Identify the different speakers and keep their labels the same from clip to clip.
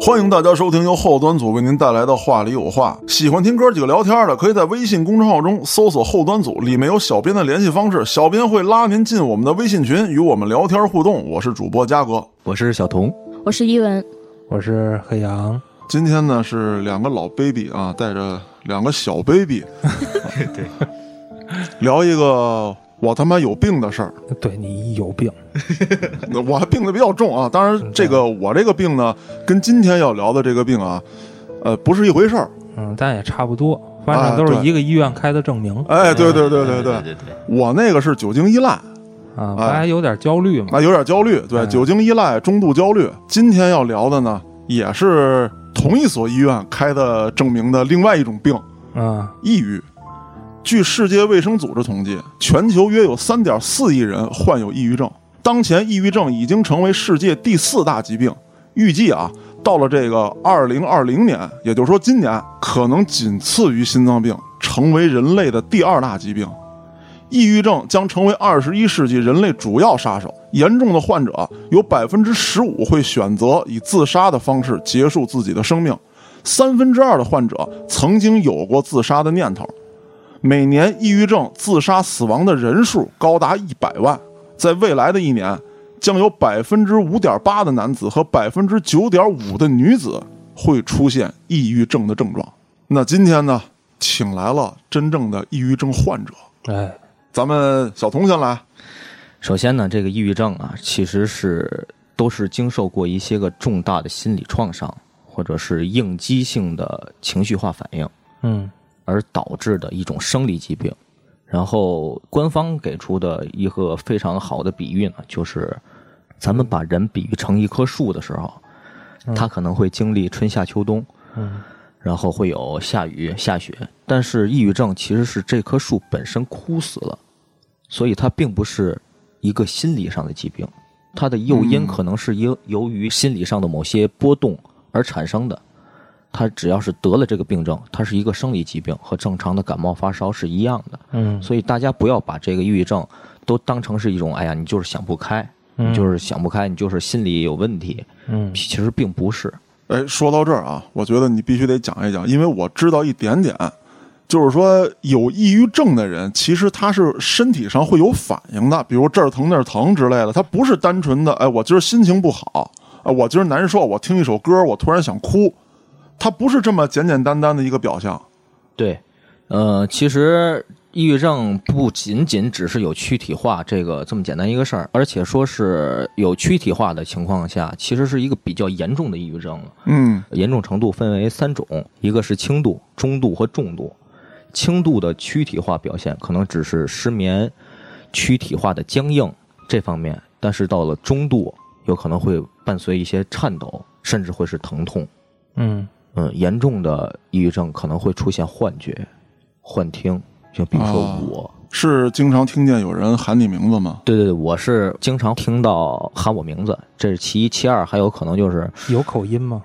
Speaker 1: 欢迎大家收听由后端组为您带来的《话里有话》。喜欢听哥几个聊天的，可以在微信公众号中搜索“后端组”，里面有小编的联系方式，小编会拉您进我们的微信群，与我们聊天互动。我是主播嘉哥，
Speaker 2: 我是小童，
Speaker 3: 我是伊文，
Speaker 4: 我是黑羊。
Speaker 1: 今天呢是两个老 baby 啊，带着两个小 baby，
Speaker 2: 对，
Speaker 1: 聊一个我他妈有病的事儿。
Speaker 4: 对你有病，
Speaker 1: 那我病的比较重啊，当然这个我这个病呢，跟今天要聊的这个病啊，呃，不是一回事儿。
Speaker 4: 嗯，但也差不多，反正都
Speaker 1: 啊
Speaker 4: 是
Speaker 1: 对
Speaker 4: 一个医院开的证明
Speaker 1: 哎，对对对对
Speaker 2: 对
Speaker 1: 对，
Speaker 2: 对对，
Speaker 1: 我那个是酒精依赖，
Speaker 4: 啊，不还有点焦虑嘛
Speaker 1: 啊，有点焦虑，对，
Speaker 4: 哎
Speaker 1: 酒精依赖、中度焦虑。今天要聊的呢，也是同一所医院开的证明的另外一种病
Speaker 4: 啊，
Speaker 1: ——抑郁。据世界卫生组织统计，全球约有3.4亿人患有抑郁症。当前，抑郁症已经成为世界第四大疾病。预计啊，到了这个2020年，也就是说今年，可能仅次于心脏病，成为人类的第二大疾病。抑郁症将成为二十一世纪人类主要杀手。严重的患者啊有百分之十五会选择以自杀的方式结束自己的生命，三分之二的患者曾经有过自杀的念头。每年抑郁症自杀死亡的人数高达一百万，在未来的一年，将有百分之五点八的男子和百分之九点五的女子会出现抑郁症的症状。那今天呢，请来了真正的抑郁症患者。
Speaker 4: 哎，
Speaker 1: 咱们小童先来，
Speaker 2: 首先呢，这个抑郁症啊，其实是都是经受过一些个重大的心理创伤，或者是应激性的情绪化反应
Speaker 4: 嗯
Speaker 2: 而导致的一种生理疾病。然后官方给出的一个非常好的比喻呢，就是咱们把人比喻成一棵树的时候，它可能会经历春夏秋冬，
Speaker 4: 嗯，
Speaker 2: 然后会有下雨、下雪。但是抑郁症其实是这棵树本身枯死了，所以它并不是一个心理上的疾病，它的诱因可能是由由于心理上的某些波动而产生的。它只要是得了这个病症，它是一个生理疾病，和正常的感冒发烧是一样的。
Speaker 4: 嗯
Speaker 2: 所以大家不要把这个抑郁症都当成是一种，哎呀，你就是想不开，你就是想不开，你就是心理有问题。
Speaker 4: 嗯
Speaker 2: 其实并不是。
Speaker 1: 哎，说到这儿啊，我觉得你必须得讲一讲，因为我知道一点点，就是说有抑郁症的人，其实他是身体上会有反应的，比如这儿疼那儿疼之类的，他不是单纯的，哎，我今儿心情不好，啊，我今儿难受，我听一首歌，我突然想哭，他不是这么简简单单的一个表象。
Speaker 2: 对，呃，其实抑郁症不仅仅只是有躯体化这个这么简单一个事儿，而且说是有躯体化的情况下，其实是一个比较严重的抑郁症了。
Speaker 1: 嗯
Speaker 2: 严重程度分为三种，一个是轻度、中度和重度。轻度的躯体化表现可能只是失眠、躯体化的僵硬这方面，但是到了中度，有可能会伴随一些颤抖，甚至会是疼痛。
Speaker 4: 嗯
Speaker 2: 嗯，严重的抑郁症可能会出现幻觉、幻听，就比如说
Speaker 1: 哦
Speaker 2: 我，
Speaker 1: 是经常听见有人喊你名字吗？
Speaker 2: 对对对，我是经常听到喊我名字，这是其一，其二还有可能就是
Speaker 4: 有口音吗？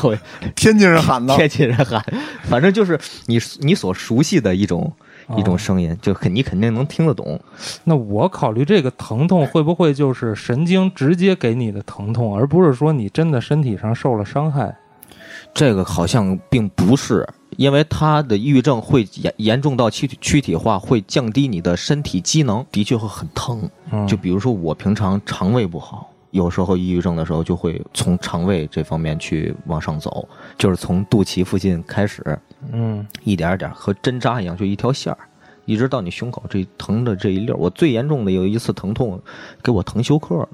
Speaker 2: 各位
Speaker 1: 天津人喊的。
Speaker 2: 天津人喊，反正就是你你所熟悉的一种一种
Speaker 4: 啊
Speaker 2: 声音，就肯你肯定能听得懂。
Speaker 4: 那我考虑这个疼痛会不会就是神经直接给你的疼痛，而不是说你真的身体上受了伤害？
Speaker 2: 这个好像并不是，因为他的抑郁症会严严重到躯体躯体化，会降低你的身体机能，的确会很疼。
Speaker 4: 嗯，
Speaker 2: 就比如说我平常肠胃不好，有时候抑郁症的时候就会从肠胃这方面去往上走，就是从肚脐附近开始，
Speaker 4: 嗯
Speaker 2: 一点儿一点儿和针扎一样，就一条线儿，一直到你胸口这疼的这一溜儿。我最严重的有一次疼痛，给我疼休克了，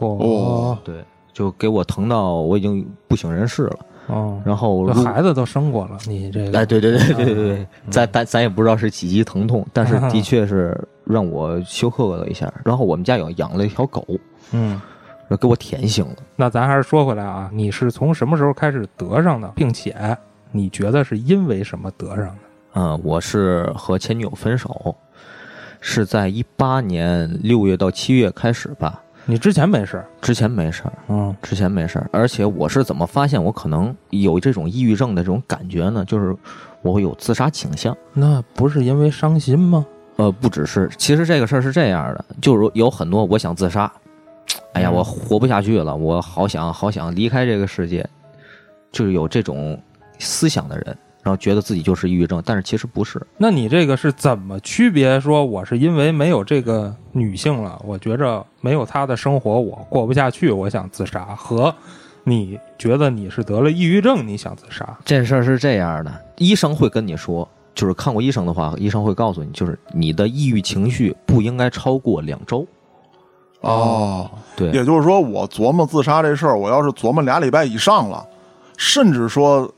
Speaker 1: 哦
Speaker 4: 哦
Speaker 2: 对，就给我疼到我已经不省人事了。
Speaker 4: 哦，
Speaker 2: 然后
Speaker 4: 这
Speaker 2: 如
Speaker 4: 孩子都生过了，你这
Speaker 2: 哎，
Speaker 4: 个嗯
Speaker 2: 对对 对对对对，咱咱咱也不知道是几级疼痛，但是的确是让我休克了一下。然后我们家有养了一条狗，
Speaker 4: 嗯。
Speaker 2: 然后给我甜醒了。
Speaker 4: 那咱还是说回来啊，你是从什么时候开始得上的，并且你觉得是因为什么得上的？
Speaker 2: 啊、我是和前女友分手，是在一八年六月到七月开始吧，
Speaker 4: 你之前没事儿，
Speaker 2: 之前没事儿，
Speaker 4: 嗯
Speaker 2: 之前没事儿。而且我是怎么发现我可能有这种抑郁症的这种感觉呢？就是我会有自杀倾向。
Speaker 4: 那不是因为伤心吗？
Speaker 2: 呃，不只是，其实这个事儿是这样的，就是有很多我想自杀，哎呀，
Speaker 4: 嗯
Speaker 2: 我活不下去了，我好想好想离开这个世界，就是有这种思想的人，然后觉得自己就是抑郁症，但是其实不是。
Speaker 4: 那你这个是怎么区别？说我是因为没有这个女性了，我觉着没有她的生活我过不下去，我想自杀，和你觉得你是得了抑郁症，你想自杀？
Speaker 2: 这事儿是这样的，医生会跟你说，就是看过医生的话，医生会告诉你，就是你的抑郁情绪不应该超过两周。
Speaker 1: 哦，
Speaker 2: 对，
Speaker 1: 也就是说，我琢磨自杀这事儿，我要是琢磨俩礼拜以上了，甚至说，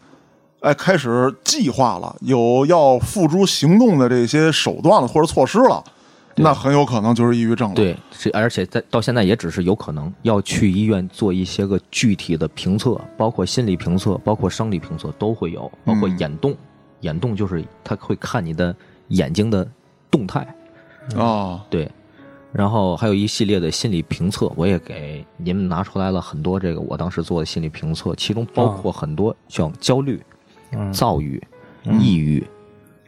Speaker 1: 哎，开始计划了，有要付诸行动的这些手段了或者措施了，
Speaker 2: 对
Speaker 1: 那很有可能就是抑郁症了。，
Speaker 2: 对，是而且在到现在也只是有可能要去医院做一些个具体的评测，包括心理评测，包括生理评测都会有，包括
Speaker 1: 嗯
Speaker 2: 眼动，眼动就是他会看你的眼睛的动态，
Speaker 1: 哦，
Speaker 2: 对，然后还有一系列的心理评测，我也给您们拿出来了很多这个我当时做的心理评测，其中包括很多像焦虑、
Speaker 4: 嗯
Speaker 2: 躁郁、抑郁，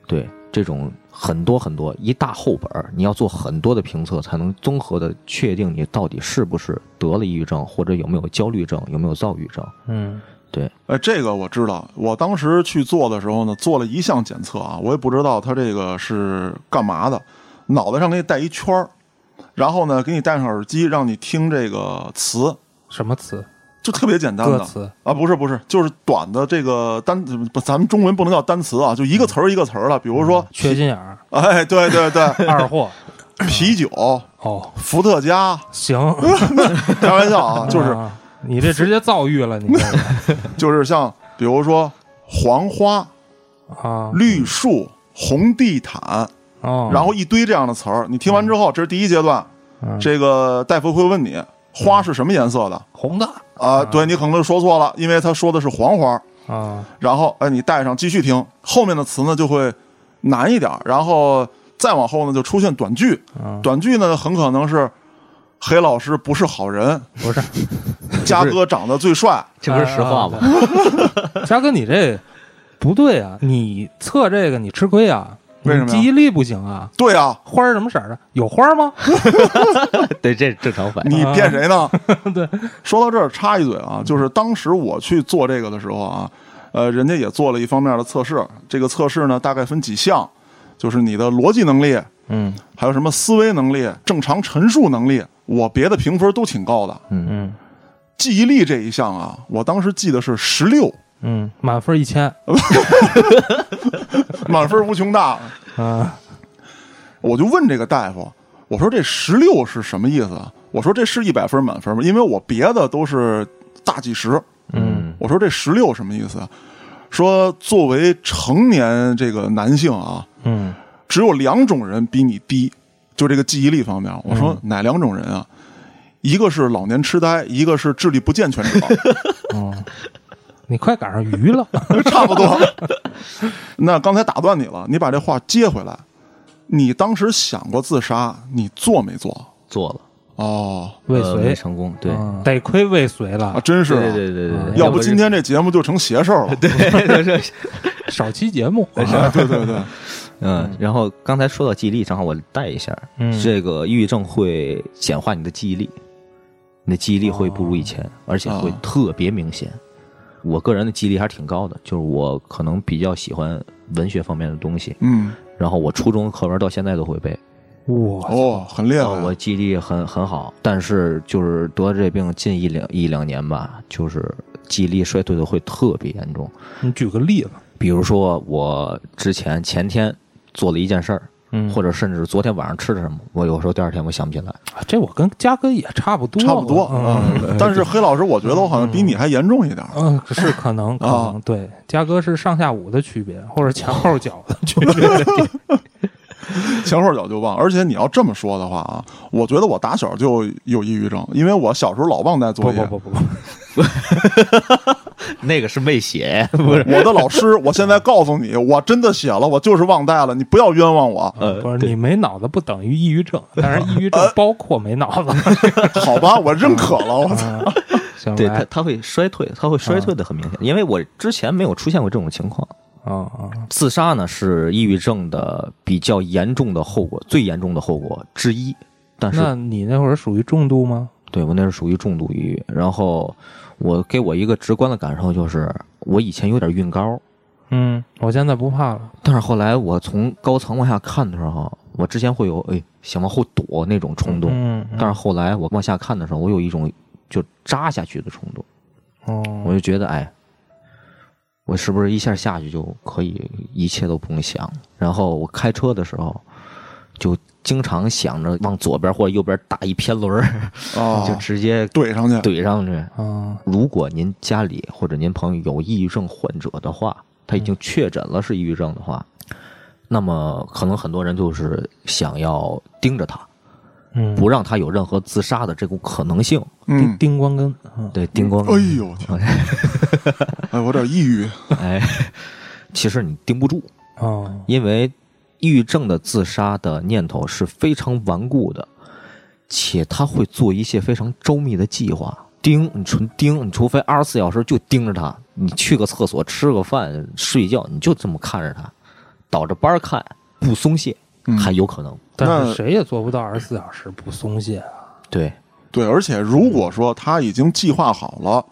Speaker 2: 对这种很多很多一大厚本儿，你要做很多的评测，才能综合的确定你到底是不是得了抑郁症，或者有没有焦虑症，有没有躁郁症。
Speaker 4: 嗯
Speaker 2: 对，
Speaker 1: 哎，这个我知道，我当时去做的时候呢，做了一项检测啊，我也不知道它这个是干嘛的，脑袋上给你戴一圈儿，然后呢，给你戴上耳机，让你听这个词，
Speaker 4: 什么词？
Speaker 1: 就特别简单
Speaker 4: 歌
Speaker 1: 的。
Speaker 4: 词？
Speaker 1: 啊，不是不是，就是短的这个单，不，咱们中文不能叫单词啊，就一个词儿一个词儿了。比如说，
Speaker 4: 缺心眼儿，
Speaker 1: 哎，对对对，
Speaker 4: 嗯 二货。
Speaker 1: 啤酒、
Speaker 4: 哦，
Speaker 1: 伏特加，
Speaker 4: 行，
Speaker 1: 开玩笑啊， 就是
Speaker 4: 啊你这直接躁郁了，你这 个
Speaker 1: 就是像比如说黄花、
Speaker 4: 啊
Speaker 1: 绿树、红地毯，
Speaker 4: 哦，
Speaker 1: 然后一堆这样的词儿。你听完之后，这是第一阶段，
Speaker 4: 嗯
Speaker 1: 这个大夫会问你花是什么颜色的
Speaker 4: 红的
Speaker 1: 啊？对你可能说错了，因为他说的是黄花。
Speaker 4: 啊，
Speaker 1: 然后哎，你带上继续听，后面的词呢就会难一点儿，然后再往后呢就出现短句，
Speaker 4: 嗯
Speaker 1: 短句呢很可能是黑老师不是好人，
Speaker 4: 不是，
Speaker 1: 嘉哥长得最帅，
Speaker 2: 这不是实话吗？
Speaker 4: 嘉哥，你这不对啊！你测这个你吃亏啊！
Speaker 1: 为什么
Speaker 4: 你
Speaker 1: 呀
Speaker 4: 记忆力不行啊！
Speaker 1: 对啊，
Speaker 4: 花儿什么色儿的？有花儿吗？
Speaker 2: 对，这是正常反应。
Speaker 1: 你骗谁 呢？
Speaker 4: 对，
Speaker 1: 说到这儿插一嘴啊，就是当时我去做这个的时候啊，呃，人家也做了一方面的测试，这个测试呢大概分几项，就是你的逻辑能力，
Speaker 4: 嗯
Speaker 1: 还有什么思维能力、正常陈述能力，我别的评分都挺高的，
Speaker 4: 嗯
Speaker 1: 记忆力这一项啊，我当时记得是十六，
Speaker 4: 嗯，满分 一千
Speaker 1: 满分无穷大。
Speaker 4: 啊！
Speaker 1: 我就问这个大夫，我说这十六是什么意思啊？我说这是一百分满分吗？因为我别的都是大几十，
Speaker 2: 嗯
Speaker 1: 我说这十六什么意思啊？说作为成年这个男性啊，
Speaker 4: 嗯
Speaker 1: 只有两种人比你低，就这个记忆力方面。我说哪两种人啊？一个是老年痴呆，一个是智力不健全者。
Speaker 4: 哦，你快赶上鱼 了！
Speaker 1: 差不多。那刚才打断你了，你把这话接回来。你当时想过自杀，你做没做？
Speaker 2: 做了，
Speaker 1: 哦，
Speaker 4: 未
Speaker 2: 呃没
Speaker 4: 遂，
Speaker 2: 成功，对，
Speaker 4: 嗯得亏未遂
Speaker 1: 啊，
Speaker 4: 了，
Speaker 1: 真是、啊。
Speaker 2: 对对对对对，
Speaker 1: 要不
Speaker 2: 然
Speaker 1: 今天这节目就成邪事儿了。对、
Speaker 4: 少期节目。啊
Speaker 1: 对对对，
Speaker 2: 嗯，然后刚才说到记忆力，正好我带一下，
Speaker 4: 嗯
Speaker 2: 这个抑郁症会简化你的记忆力，你的记忆力会不如以前，而且会
Speaker 1: 哦
Speaker 2: 特别明显。我个人的记忆力还是挺高的，就是我可能比较喜欢文学方面的东西，
Speaker 1: 嗯，
Speaker 2: 然后我初中课文到现在都会背，
Speaker 4: 哇，
Speaker 1: 哦，很厉害。
Speaker 2: 呃我记忆力很很好，但是就是得了这病近一两一两年吧，就是记忆力衰退的会特别严重。
Speaker 4: 你举个例子，
Speaker 2: 比如说我之前前天做了一件事儿，
Speaker 4: 嗯
Speaker 2: 或者甚至昨天晚上吃的什么，我有时候第二天我想不起来。
Speaker 4: 啊这我跟嘉哥也差不多，
Speaker 1: 差不多
Speaker 4: 嗯
Speaker 1: 嗯但是黑老师，我觉得我好像比你还严重一点儿。
Speaker 4: 嗯，是可能，可能
Speaker 1: 啊
Speaker 4: 对，嘉哥是上下午的区别，或者前后脚的区别。
Speaker 1: 前后脚就忘。而且你要这么说的话啊，我觉得我打小就有抑郁症，因为我小时候老忘带作
Speaker 4: 不
Speaker 1: 业。
Speaker 4: 不不不不，
Speaker 2: 那个是没写，不是？
Speaker 1: 我的老师，我现在告诉你，我真的写了，我就是忘带了，你不要冤枉我，
Speaker 2: 呃，
Speaker 4: 不是
Speaker 2: 对
Speaker 4: 你没脑子不等于抑郁 症，但是抑郁症包括没脑子。
Speaker 1: 好 吧？我认可了，
Speaker 2: 嗯
Speaker 1: 我操。
Speaker 4: 啊行
Speaker 2: 对
Speaker 4: 来
Speaker 2: 它，它会衰退，它会衰
Speaker 4: 嗯
Speaker 2: 退的很明显，因为我之前没有出现过这种情况。
Speaker 4: 啊啊，
Speaker 2: 自杀呢是抑郁症的比较严重的后果，最严重的后果之一。但是
Speaker 4: 那你那会儿属于重度吗？
Speaker 2: 对我那是属于重度抑郁，然后我给我一个直观的感受就是，我以前有点晕高，
Speaker 4: 嗯，我现在不怕了。
Speaker 2: 但是后来我从高层往下看的时候，我之前会有哎想往后躲那种冲动，
Speaker 4: 嗯，嗯
Speaker 2: 但是后来我往下看的时候，我有一种就扎下去的冲动，嗯我
Speaker 4: 哦，
Speaker 2: 就觉得哎，我是不是一下下去就可以一切都不用想？然后我开车的时候就经常想着往左边或者右边打一偏轮儿，
Speaker 1: 啊，
Speaker 2: 就直接
Speaker 1: 怼上去，
Speaker 2: 怼上去。
Speaker 4: 啊，
Speaker 2: 如果您家里或者您朋友有抑郁症患者的话，他已经确诊了是抑郁症的话，那么可能很多人就是想要盯着他，
Speaker 4: 嗯，
Speaker 2: 不让他有任何自杀的这种可能性。
Speaker 1: 嗯
Speaker 4: 钉，钉光根，嗯
Speaker 2: 对，盯光，
Speaker 1: 哎呦天， 哎，我有点抑郁，
Speaker 2: 哎，其实你盯不住，
Speaker 4: 哦，
Speaker 2: 因为抑郁症的自杀的念头是非常顽固的，且他会做一些非常周密的计划。盯你纯盯，你除非二十四小时就盯着他，你去个厕所、吃个饭、睡觉，你就这么看着他，倒着班儿看，不松懈，
Speaker 1: 嗯
Speaker 2: 还有可能。
Speaker 4: 但
Speaker 1: 那
Speaker 4: 是谁也做不到二十四小时不松懈啊。
Speaker 2: 对，
Speaker 1: 对，而且如果说他已经计划好了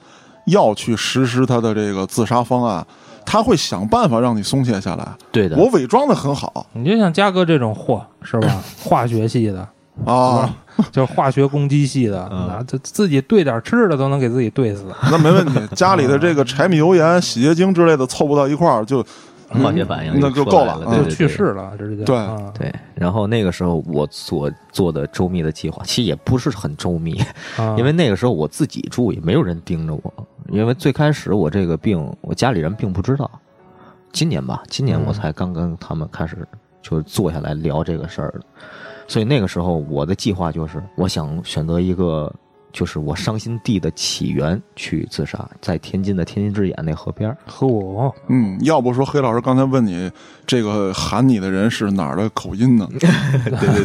Speaker 1: 要去实施他的这个自杀方案，他会想办法让你松懈下来。
Speaker 2: 对的，
Speaker 1: 我伪装的很好
Speaker 4: 你就像嘉哥这种货 是吧？化学系的，
Speaker 1: 啊，
Speaker 4: 就是化学攻击系的，
Speaker 2: 嗯
Speaker 4: 那这自己兑点吃的都能给自己兑死。
Speaker 1: 那没问题。家里的这 个柴米油盐、洗洁精之类的凑不到一块儿，就嗯
Speaker 2: 化学反应
Speaker 1: 那就
Speaker 2: 就出
Speaker 1: 够
Speaker 2: 来
Speaker 1: 了
Speaker 2: 了，
Speaker 1: 嗯
Speaker 2: 对
Speaker 4: 就
Speaker 2: 对
Speaker 4: 去
Speaker 2: 对
Speaker 4: 世了，直接
Speaker 1: 对
Speaker 4: 啊
Speaker 2: 对，然后那个时候我所做的周密的计划，其实也不是很周密，
Speaker 4: 啊
Speaker 2: 因为那个时候我自己住，也没有人盯着我。因为最开始我这个病，我家里人并不知道。今年吧，今年我
Speaker 4: 嗯
Speaker 2: 才刚跟他们开始就是坐下来聊这个事儿的所以那个时候我的计划就是，我想选择一个就是我伤心地的起源去自杀，在天津的天津之眼那河边儿。
Speaker 4: 和我
Speaker 1: 嗯，要不说黑老师刚才问你这个喊你的人是哪儿的口音呢？
Speaker 2: 对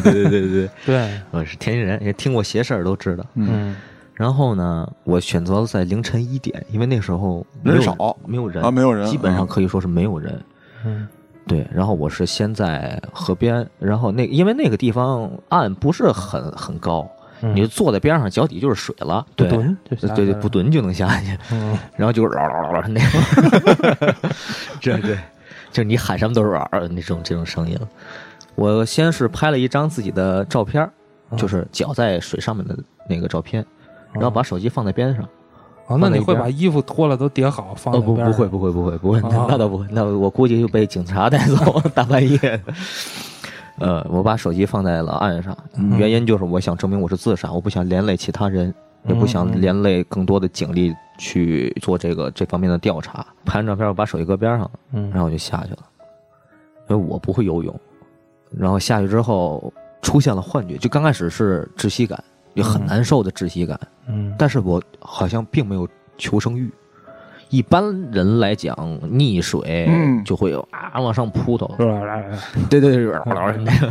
Speaker 2: 对对对对 对，
Speaker 4: 对，
Speaker 2: 我呃是天津人，也听过邪事儿都知道。
Speaker 1: 嗯
Speaker 4: 嗯
Speaker 2: 然后呢，我选择了在凌晨一点，因为那时候没有
Speaker 1: 人少
Speaker 2: 没有人
Speaker 1: 啊，没有人，
Speaker 2: 基本上
Speaker 1: 嗯
Speaker 2: 可以说是没有人。
Speaker 4: 嗯
Speaker 2: 对，然后我是先在河边，然后那因为那个地方岸不是很很高，
Speaker 4: 嗯，
Speaker 2: 你就坐在边上，脚底就是水了，
Speaker 4: 不
Speaker 2: 对，
Speaker 4: 蹲就下
Speaker 2: 对对，
Speaker 4: 来
Speaker 2: 不蹲就能下去，
Speaker 4: 嗯
Speaker 2: 然后就是嗷嗷嗷那种， 这对，就是你喊什么都是嗷嗷那种这种声音。我先是拍了一张自己的照片儿，
Speaker 4: 嗯
Speaker 2: 就是脚在水上面的那个照片，然后把手机放在边上。
Speaker 4: 哦，那你会把衣服脱了都叠好放
Speaker 2: 哦
Speaker 4: 在
Speaker 2: 不
Speaker 4: 边
Speaker 2: 不
Speaker 4: 儿
Speaker 2: 会不会不会不会，
Speaker 4: 啊
Speaker 2: 那那倒不会，那我估计就被警察 带走了，大半夜的。呃，我把手机放在了岸上，
Speaker 4: 嗯
Speaker 2: 原因就是我想证明我是自杀，我不想连累其他人，也不
Speaker 4: 嗯
Speaker 2: 想连累更多的警力去做这个这方面的调查。拍完照片，我把手机搁边上了，
Speaker 4: 嗯
Speaker 2: 然后我就下去了，因为我不会游泳。然后下去之后出现了幻觉，就刚开始是窒息感，就很
Speaker 4: 嗯
Speaker 2: 难受的窒息感。
Speaker 4: 嗯
Speaker 2: 但是我好像并没有求生欲。一般人来讲，溺水
Speaker 1: 嗯
Speaker 2: 就会有啊往上扑腾，
Speaker 4: 是吧？来来
Speaker 2: 对对对，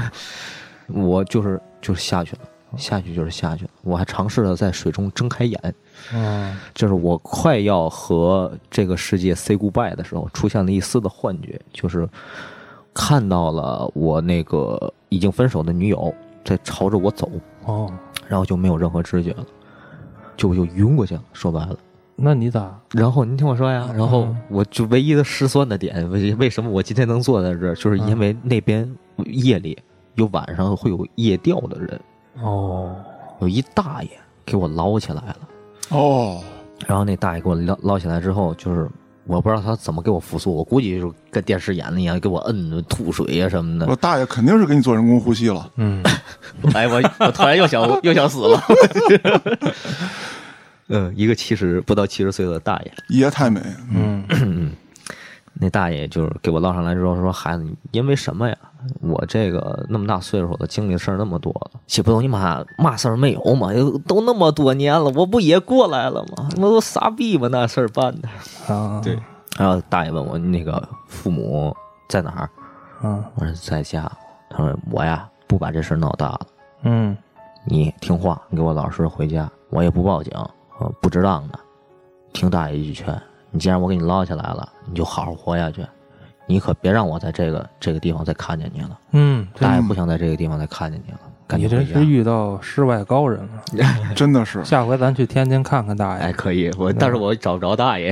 Speaker 2: 我就是就是下去了，下去就是下去了。我还尝试着在水中睁开眼，
Speaker 4: 嗯
Speaker 2: 就是我快要和这个世界 say goodbye 的时候，出现了一丝的幻觉，就是看到了我那个已经分手的女友在朝着我走，
Speaker 4: 哦，
Speaker 2: 然后就没有任何知觉了，就就晕过去了。说白了。
Speaker 4: 那你咋？
Speaker 2: 然后您听我说呀，然后
Speaker 4: 嗯
Speaker 2: 我就唯一的失算的点，为为什么我今天能坐在这儿，就是因为那边夜里有晚上会有夜钓的人，
Speaker 4: 哦，
Speaker 2: 有一大爷给我捞起来了，
Speaker 1: 哦，
Speaker 2: 然后那大爷给我捞捞起来之后，就是我不知道他怎么给我复苏，我估计就是跟电视演的一样，给我摁吐水啊呀、什么的
Speaker 1: 我。大爷肯定是给你做人工呼吸了。
Speaker 4: 嗯，
Speaker 2: 哎，我我突然又想又想死 了。 嗯，一个七十不到七十岁的大爷，
Speaker 1: 爷太美，
Speaker 4: 嗯
Speaker 2: 那大爷就是给我捞上来之后说：“孩子，你因为什么呀？我这个那么大岁数了，经历的事儿那么多了，写不懂你妈嘛事儿没有嘛？都那么多年了，我不也过来了吗？我都傻逼吗？那事儿办的。
Speaker 4: 啊，
Speaker 1: 对”
Speaker 2: 然后大爷问我：“那个父母在哪儿
Speaker 4: 啊？”
Speaker 2: 我说：“在家。”他说：“我呀，不把这事儿闹大了，
Speaker 4: 嗯
Speaker 2: 你听话，你给我老实回家，我也不报警，呃，不值当的。听大爷一句劝，你既然我给你捞起来了，你就好好活下去，你可别让我在这个这个地方再看见你了。
Speaker 4: 嗯，
Speaker 2: 大爷不想在这个地方再看见你了。感觉
Speaker 4: 你
Speaker 2: 不
Speaker 4: 真
Speaker 2: 一
Speaker 4: 是
Speaker 2: 样。
Speaker 4: 遇到世外高人了。
Speaker 1: 真的是
Speaker 4: 下回咱去天津看看大
Speaker 2: 哎，
Speaker 4: 爷，
Speaker 2: 可以，我但是我找不着大爷，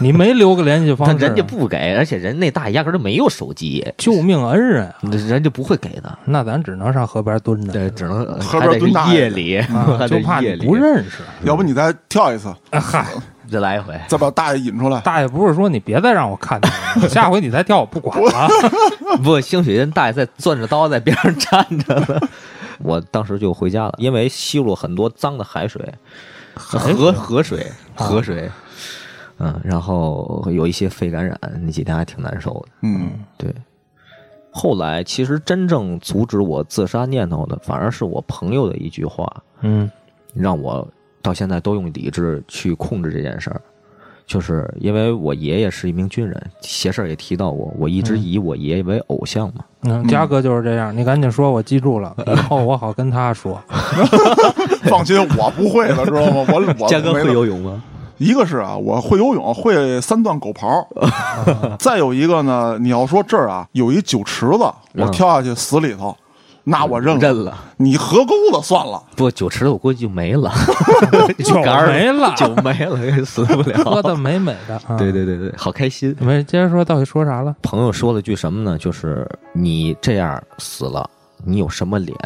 Speaker 4: 你没留个联系
Speaker 2: 但
Speaker 4: 方式，
Speaker 2: 人家不给，而且人那大爷压根儿就没有手机，
Speaker 4: 救命恩人，啊
Speaker 2: 人家不会给的。
Speaker 4: 那咱只能上河边蹲着，
Speaker 2: 对，只能
Speaker 1: 河
Speaker 2: 还
Speaker 1: 边
Speaker 2: 得
Speaker 1: 蹲
Speaker 2: 是
Speaker 1: 大爷
Speaker 2: 夜里，
Speaker 4: 啊
Speaker 2: 还得
Speaker 4: 就怕
Speaker 2: 夜
Speaker 4: 你
Speaker 2: 里
Speaker 4: 不认识。
Speaker 1: 要不你再跳一次，
Speaker 4: 嗨，
Speaker 2: 再来一回。
Speaker 1: 再把大爷引出来。
Speaker 4: 大爷不是说你别再让我看见了，下回你再跳我不管 了。
Speaker 2: 不，兴许人大爷在攥着刀在边上站着呢。我当时就回家了，因为吸入了很多脏的海水、河河水、河水，嗯，然后有一些肺感染，那几天还挺难受的。
Speaker 1: 嗯，
Speaker 2: 对，后来其实真正阻止我自杀念头的，反而是我朋友的一句话，
Speaker 4: 嗯
Speaker 2: 让我到现在都用理智去控制这件事儿，就是因为我爷爷是一名军人，邪事儿也提到过，我一直以我爷爷为偶像嘛。
Speaker 4: 嗯，嘉哥就是这样，你赶紧说，我记住 了，以后我好跟他说。
Speaker 1: 放心，我不会了，知道吗？ 我我
Speaker 2: 嘉哥
Speaker 1: 没
Speaker 2: 会
Speaker 1: 了
Speaker 2: 游泳吗？
Speaker 1: 一个是啊，我会游泳，会三段狗刨儿； 再有一个呢，你要说这儿啊，有一酒池子，我
Speaker 2: 嗯
Speaker 1: 跳下去死里头，那啊我认了。
Speaker 2: 认了，
Speaker 1: 你河沟子算了，
Speaker 2: 不酒池子我估计就没 了，
Speaker 4: 酒
Speaker 2: 干儿
Speaker 4: 没 了
Speaker 2: 酒没了，死不
Speaker 4: 喝
Speaker 2: 了。
Speaker 4: 的美美的，啊
Speaker 2: 对，对对对，好开心。
Speaker 4: 没接着说，到底说啥了？
Speaker 2: 朋友说了句什么呢？就是你这样死了，你有什么脸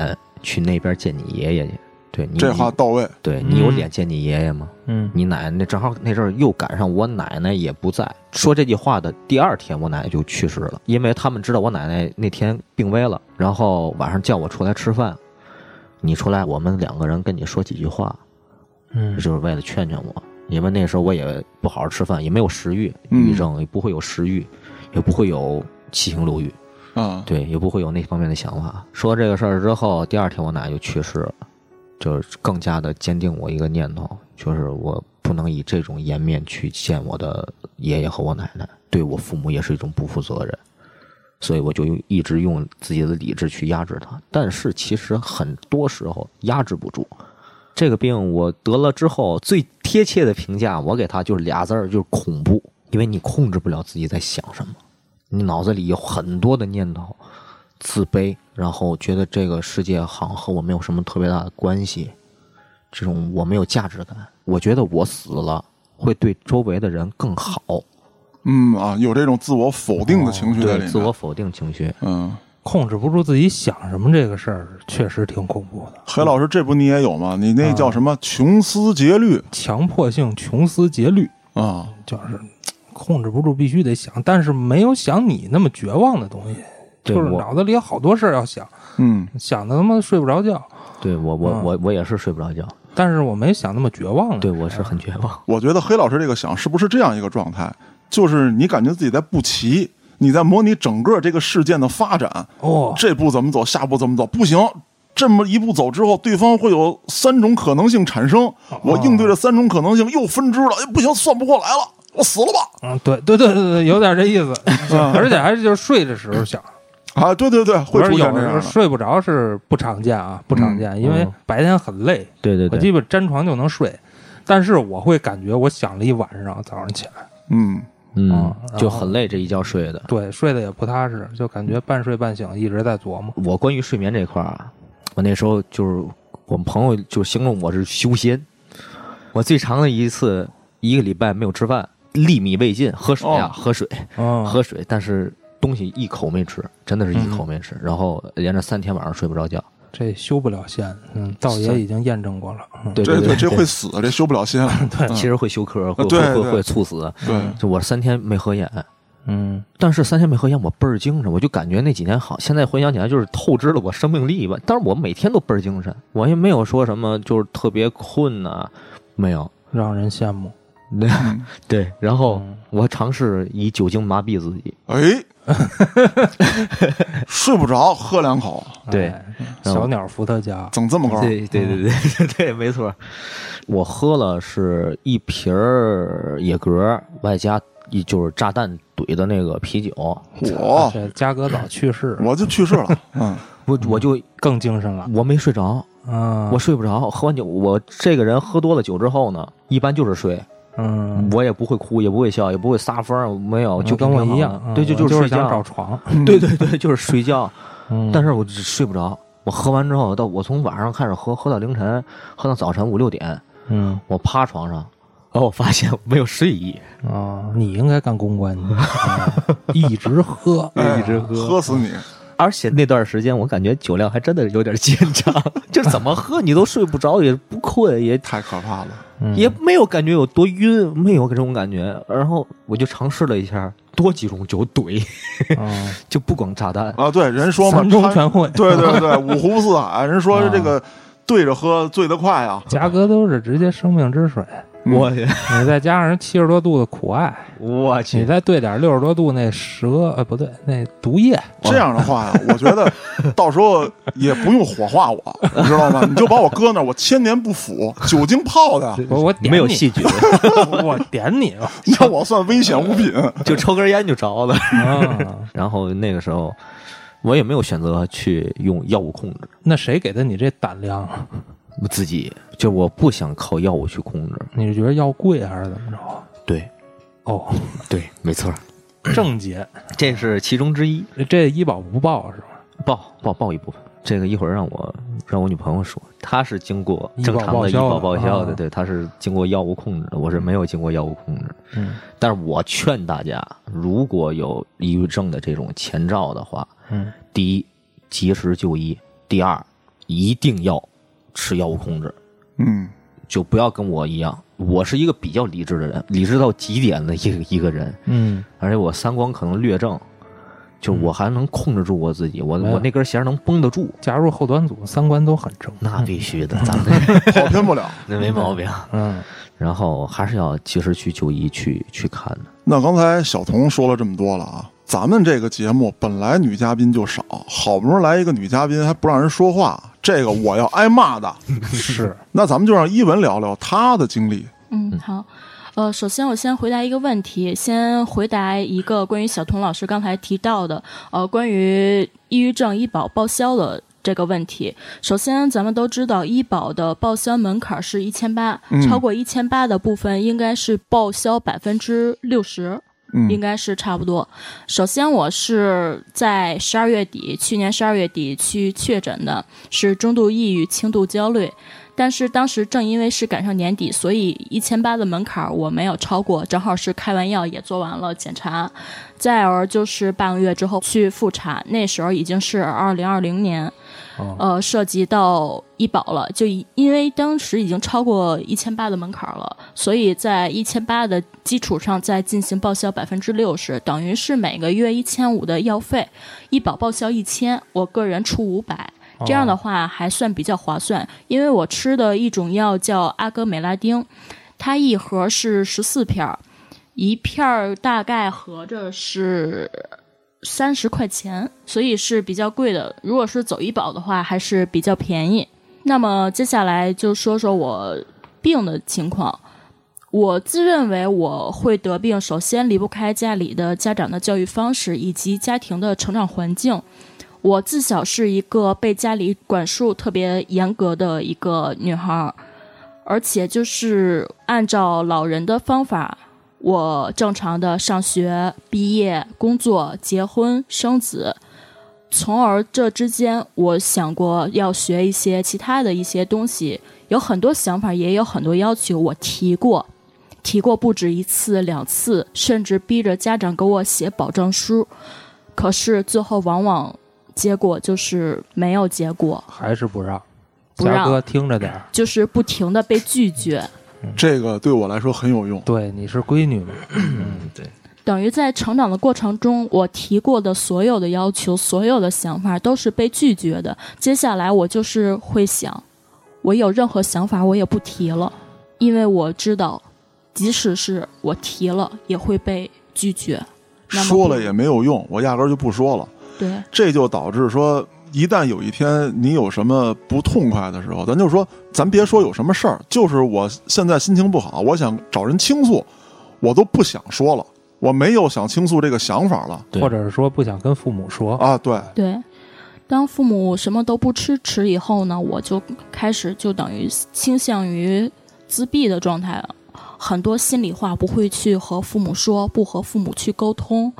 Speaker 2: 去那边见你爷爷去？对你
Speaker 1: 这话，到位。
Speaker 2: 对你有
Speaker 4: 嗯
Speaker 2: 脸见你爷爷吗？
Speaker 4: 嗯
Speaker 2: 你奶奶那正好那阵儿又赶上我奶奶也不在，说这句话的第二天，我奶奶就去世了，因为他们知道我奶奶那天病危了，然后晚上叫我出来吃饭，你出来，我们两个人跟你说几句话，
Speaker 4: 嗯
Speaker 2: 就是为了劝劝我，因为那时候我也不好好吃饭，也没有食欲，抑
Speaker 1: 嗯
Speaker 2: 郁症也不会有食欲，也不会有七情六欲，
Speaker 1: 嗯，
Speaker 2: 对，也不会有那方面的想法。说这个事儿之后，第二天我奶奶就去世了，就是更加的坚定我一个念头，就是我不能以这种颜面去见我的爷爷和我奶奶，对我父母也是一种不负责任。所以我就一直用自己的理智去压制它，但是其实很多时候压制不住。这个病我得了之后，最贴切的评价我给它就是俩字儿，就是恐怖，因为你控制不了自己在想什么。你脑子里有很多的念头，自卑，然后觉得这个世界好像和我没有什么特别大的关系，这种我没有价值感。我觉得我死了会对周围的人更好，
Speaker 1: 嗯啊，有这种自我否定的情绪在里
Speaker 2: 哦对
Speaker 1: 面。
Speaker 2: 自我否定情绪。
Speaker 1: 嗯，
Speaker 4: 控制不住自己想什么这个事儿，确实挺恐怖的。
Speaker 1: 黑老师，这不你也有吗？你
Speaker 2: 嗯
Speaker 1: 那叫什么穷思竭虑
Speaker 4: 强迫性穷思竭虑，
Speaker 1: 啊？
Speaker 4: 就是嘖控制不住，必须得想，但是没有想你那么绝望的东西，
Speaker 2: 对
Speaker 4: 就是
Speaker 2: 我
Speaker 4: 脑子里有好多事儿要想，
Speaker 1: 嗯
Speaker 4: 想的他妈睡不着觉。
Speaker 2: 对我，我
Speaker 4: 嗯
Speaker 2: 我我也是睡不着觉，
Speaker 4: 但是我没想那么绝望
Speaker 2: 对
Speaker 4: 的，
Speaker 2: 我是很绝
Speaker 4: 嗯
Speaker 2: 望。
Speaker 1: 我觉得黑老师这个想是不是这样一个状态？就是你感觉自己在步棋，你在模拟整个这个事件的发展，
Speaker 4: 哦，
Speaker 1: 这步怎么走，下步怎么走，不行。这么一步走之后，对方会有三种可能性产生，我应对这三种可能性又分支了，哎，不行，算不过来了，我死了吧！
Speaker 4: 嗯，对对对对对，有点这 意思，
Speaker 2: 嗯
Speaker 4: 而且还是就是睡的时候想，
Speaker 1: 啊，对对对，会
Speaker 4: 我说
Speaker 1: 出现
Speaker 4: 有
Speaker 1: 这
Speaker 4: 时
Speaker 1: 样的，
Speaker 4: 候睡不着是不常见啊，不常见，因为
Speaker 2: 嗯
Speaker 4: 白天很累，
Speaker 2: 对对
Speaker 4: 我基本粘床就能睡，但是我会感觉我想了一晚上，早上起来，
Speaker 1: 嗯，
Speaker 2: 嗯
Speaker 4: 啊，然
Speaker 2: 就
Speaker 4: 后
Speaker 2: 很累这一觉睡的。
Speaker 4: 对，睡得也不踏实，就感觉半睡半醒，一直在琢磨。
Speaker 2: 我关于睡眠这块儿啊，我那时候就是我们朋友就形容我是修仙。我最长的一次一个礼拜没有吃饭，粒米未进，喝水呀、
Speaker 1: 哦
Speaker 2: 喝水，
Speaker 4: 嗯，
Speaker 2: 喝水，但是东西一口没吃，真的是一口没吃，
Speaker 1: 嗯
Speaker 2: 然后连着三天晚上睡不着觉。
Speaker 4: 这修不了仙，嗯，道爷已经验证过了。嗯
Speaker 2: 对
Speaker 1: 这
Speaker 2: 对，
Speaker 1: 这会死，这修不了仙，
Speaker 2: 其实会休克，会
Speaker 1: 对
Speaker 2: 会会
Speaker 1: 对
Speaker 2: 会猝死。
Speaker 1: 对，
Speaker 2: 就我三天没合眼，
Speaker 4: 嗯，
Speaker 2: 但是三天没合眼，我倍儿精神，我就感觉那几天好。现在回想起来，就是透支了我生命力吧。但是我每天都倍儿精神，我也没有说什么就是特别困呐、啊没有。
Speaker 4: 让人羡慕。
Speaker 2: 对，然后我尝试以酒精麻痹自己，
Speaker 1: 哎， 睡不着，喝两口，
Speaker 2: 对嗯
Speaker 4: 哎
Speaker 2: 然后
Speaker 4: 小鸟伏特加，
Speaker 1: 整这么高，
Speaker 2: 对对对对 对，没错。我喝了是一瓶儿野格，外加一就是炸弹怼的那个啤酒，哦
Speaker 1: 我
Speaker 4: 这嘉哥早去世了，
Speaker 1: 我就去世了，嗯，
Speaker 2: 我我就
Speaker 4: 更精神了。
Speaker 2: 我没睡着，
Speaker 4: 嗯，
Speaker 2: 我睡不着。喝完酒，我这个人喝多了酒之后呢，一般就是睡，
Speaker 4: 嗯，
Speaker 2: 我也不会哭，也不会笑，也不会撒疯，没有，
Speaker 4: 我
Speaker 2: 就
Speaker 4: 跟我
Speaker 2: 平常
Speaker 4: 一
Speaker 2: 好
Speaker 4: 样
Speaker 2: 的，
Speaker 4: 嗯
Speaker 2: 对，
Speaker 4: 我
Speaker 2: 就
Speaker 4: 就是
Speaker 2: 睡
Speaker 4: 想
Speaker 2: 觉
Speaker 4: 找，床，
Speaker 2: 对对对，就是睡觉，
Speaker 4: 嗯
Speaker 2: 但是我就睡不着。我喝完之后，到我从晚上开始喝，喝到凌晨，喝到早晨五六点，
Speaker 4: 嗯
Speaker 2: 我趴床上，然后我发现我没有睡意，
Speaker 4: 啊，你应该干公 关，你哎一直喝，
Speaker 1: 一直哎喝，喝死你！
Speaker 2: 而且那段时间我感觉酒量还真的有点紧张， 就是怎么喝你都睡不着，也不困，也
Speaker 1: 太可怕了。
Speaker 4: 嗯
Speaker 2: 也没有感觉有多晕，没有这种感觉。然后我就尝试了一下多几种酒怼，
Speaker 4: 啊
Speaker 2: 就不光炸弹，
Speaker 1: 啊，对，人说嘛，
Speaker 4: 三中
Speaker 1: 掺
Speaker 4: 全会
Speaker 1: 对对 对，五湖四海，人说
Speaker 4: 啊
Speaker 1: 这个对着喝醉得快啊，
Speaker 4: 嘉哥都是直接生命之 水，
Speaker 1: 嗯
Speaker 2: 我
Speaker 4: 你再加上七十多度的苦艾，
Speaker 2: 我
Speaker 4: 你
Speaker 2: 去，
Speaker 4: 再兑点六十多度那蛇，呃，不对，那毒液，
Speaker 1: 这样的 话呀，我觉得到时候也不用火化我，你知道吗？你就把我搁那儿，我千年不腐，酒精泡的，
Speaker 4: 我我点
Speaker 2: 没有
Speaker 4: 你
Speaker 2: 细菌，
Speaker 4: 我点你了
Speaker 1: 那我算危险物品。
Speaker 2: 就抽根烟就着了。
Speaker 4: 啊！
Speaker 2: 然后那个时候我也没有选择去用药物控制
Speaker 4: 那谁给的你这胆量啊？
Speaker 2: 我自己，就我不想靠药物去控制。
Speaker 4: 你是觉得药贵还是怎么着啊？
Speaker 2: 对
Speaker 4: 哦，
Speaker 2: 对，没错，
Speaker 4: 正解，
Speaker 2: 这是其中之一。
Speaker 4: 这医保不报是吧？
Speaker 2: 报报报一部分。这个一会儿让我让我女朋友说，她是经过
Speaker 4: 医
Speaker 2: 正
Speaker 4: 保
Speaker 2: 常的医保报
Speaker 4: 报销的
Speaker 2: 销的，
Speaker 4: 啊
Speaker 2: 对，她是经过药物控制的，我是没有经过药物控制的。
Speaker 4: 嗯
Speaker 2: 但是我劝大家，如果有抑郁症的这种前兆的话，
Speaker 4: 嗯，
Speaker 2: 第一，及时就医；第二，一定要吃药物控制，
Speaker 1: 嗯，
Speaker 2: 就不要跟我一样。我是一个比较理智的人，理智到极点的一个一个人，
Speaker 4: 嗯，
Speaker 2: 而且我三观可能略正，就我还能控制住我自己，我
Speaker 4: 嗯
Speaker 2: 我那根弦能绷得住。
Speaker 4: 加入后端组，三观都很正。
Speaker 2: 那必须的，咱 们
Speaker 1: 跑偏 不了。
Speaker 2: 那没毛病。
Speaker 4: 嗯
Speaker 2: 然后还是要及时去就医去去看的。
Speaker 1: 那刚才小童说了这么多了啊，咱们这个节目本来女嘉宾就少，好不容易来一个女嘉宾还不让人说话，这个我要挨骂的。
Speaker 4: 是，
Speaker 1: 那咱们就让伊文聊聊她的经历。
Speaker 2: 嗯
Speaker 3: 嗯，好。呃，首先我先回答一个问题，先回答一个关于小童老师刚才提到的，呃，关于抑郁症医保报销的这个问题。首先，咱们都知道医保的报销门槛是一千八
Speaker 1: 嗯，
Speaker 3: 超过一千八的部分应该是报销百分之六十，应
Speaker 1: 嗯
Speaker 3: 该是差不多。首先，我是在十二月底，去年十二月底去确诊的，是中度抑郁、轻度焦虑。但是当时正因为是赶上年底，所以一千八的门槛儿我没有超过，正好是开完药也做完了检查，再而就是半个月之后去复查，那时候已经是二零二零年，
Speaker 4: 哦
Speaker 3: 呃，涉及到医保了，就以因为当时已经超过一千八的门槛了，所以在一千八的基础上再进行报销百分之六十，等于是每个月一千五的药费，医保报销一千，我个人出五百。这样的话还算比较划算，因为我吃的一种药叫阿哥美拉丁，它一盒是十四片儿，一片儿大概合着是三十块钱，所以是比较贵的。如果是走医保的话，还是比较便宜。那么接下来就说说我病的情况。我自认为我会得病，首先离不开家里的家长的教育方式以及家庭的成长环境。我自小是一个被家里管束特别严格的一个女孩儿，而且就是按照老人的方法，我正常的上学、毕业、工作、结婚、生子，从而这之间，我想过要学一些其他的一些东西，有很多想法，也有很多要求，我提过，提过不止一次、两次，甚至逼着家长给我写保证书，可是最后往往结果就是没有结果，
Speaker 4: 还是不让。
Speaker 3: 不让
Speaker 4: 嘉哥听着 点儿，
Speaker 3: 就是不停的被拒绝。
Speaker 1: 这个对我来说很有用。
Speaker 4: 对，你是闺女嘛？
Speaker 2: 嗯，对，
Speaker 3: 等于在成长的过程中，我提过的所有的要求、所有的想法都是被拒绝的。接下来我就是会想，我有任何想法我也不提了，因为我知道，即使是我提了，也会被拒绝。那么
Speaker 1: 说了也没有用，我压根儿就不说了。
Speaker 3: 对，
Speaker 1: 这就导致说，一旦有一天你有什么不痛快的时候，咱就说，咱别说有什么事儿，就是我现在心情不好，我想找人倾诉，我都不想说了，我没有想倾诉这个想法了
Speaker 2: 对
Speaker 4: 或者是说不想跟父母说，
Speaker 1: 啊。对，
Speaker 3: 对，当父母什么都不支持以后呢，我就开始就等于倾向于自闭的状态了。很多心里话不会去和父母说，不和父母去沟通，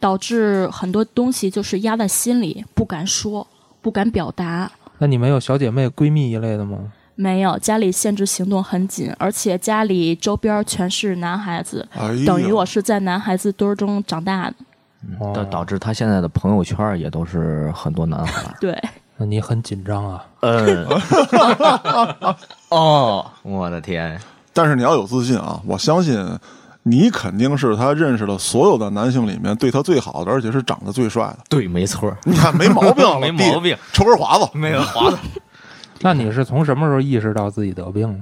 Speaker 3: 导致很多东西就是压在心里不敢说，不敢表达。
Speaker 4: 那你们有小姐妹、闺蜜一类的吗？
Speaker 3: 没有，家里限制行动很紧，而且家里周边全是男孩子，
Speaker 1: 哎呀，
Speaker 3: 等于我是在男孩子堆儿中长大的。。
Speaker 4: 哦
Speaker 2: 导导致他现在的朋友圈儿也都是很多男孩儿
Speaker 3: 对，
Speaker 4: 那你很紧张啊？
Speaker 2: 嗯，哦，我的天，
Speaker 1: 但是你要有自信啊！我相信你肯定是他认识的所有的男性里面对他最好的，而且是长得最帅的。
Speaker 2: 对，没错儿，
Speaker 1: 你看没毛病了，
Speaker 2: 没毛
Speaker 1: 弟，
Speaker 2: 病，
Speaker 1: 抽根华子。
Speaker 2: 没有划的。
Speaker 4: 那你是从什么时候意识到自己得病的？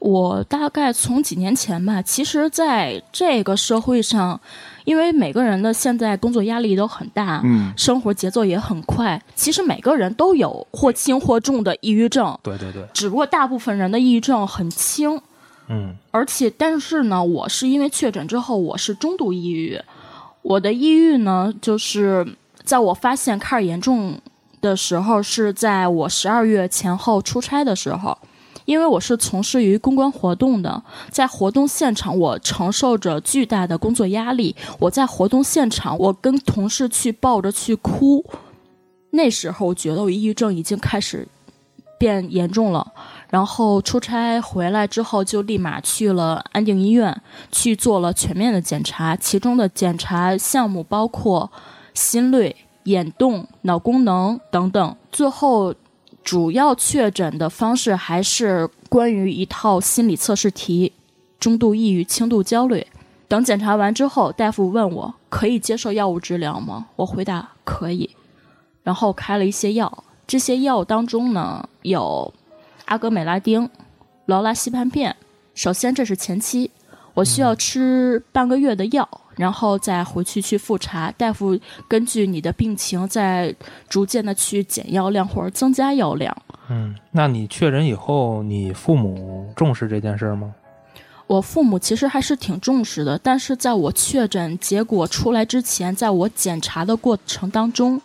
Speaker 3: 我大概从几年前吧，其实在这个社会上，因为每个人的现在工作压力都很大，
Speaker 1: 嗯，
Speaker 3: 生活节奏也很快，其实每个人都有或轻或重的抑郁症，
Speaker 4: 对对对，
Speaker 3: 只不过大部分人的抑郁症很轻，
Speaker 4: 嗯，
Speaker 3: 而且，但是呢，我是因为确诊之后，我是中度抑郁。我的抑郁呢，就是在我发现开始严重的时候，是在我十二月前后出差的时候，因为我是从事于公关活动的，在活动现场我承受着巨大的工作压力。我在活动现场，我跟同事去抱着去哭，那时候我觉得我抑郁症已经开始变严重了。然后出差回来之后，就立马去了安定医院去做了全面的检查，其中的检查项目包括心率、眼动、脑功能等等。最后主要确诊的方式还是关于一套心理测试题：中度抑郁、轻度焦虑。等检查完之后，大夫问我可以接受药物治疗吗？我回答可以，然后开了一些药。这些药当中呢，有阿格美拉丁、劳拉西泮片。首先，这是前期，我需要吃半个月的药，然后再回去去复查。大夫根据你的病情，再逐渐的去减药量或者增加药量。
Speaker 4: 嗯，那你确诊以后，你父母重视这件事儿吗？
Speaker 3: 我父母其实还是挺重视的，但是在我确诊结果出来之前，在我检查的过程当中，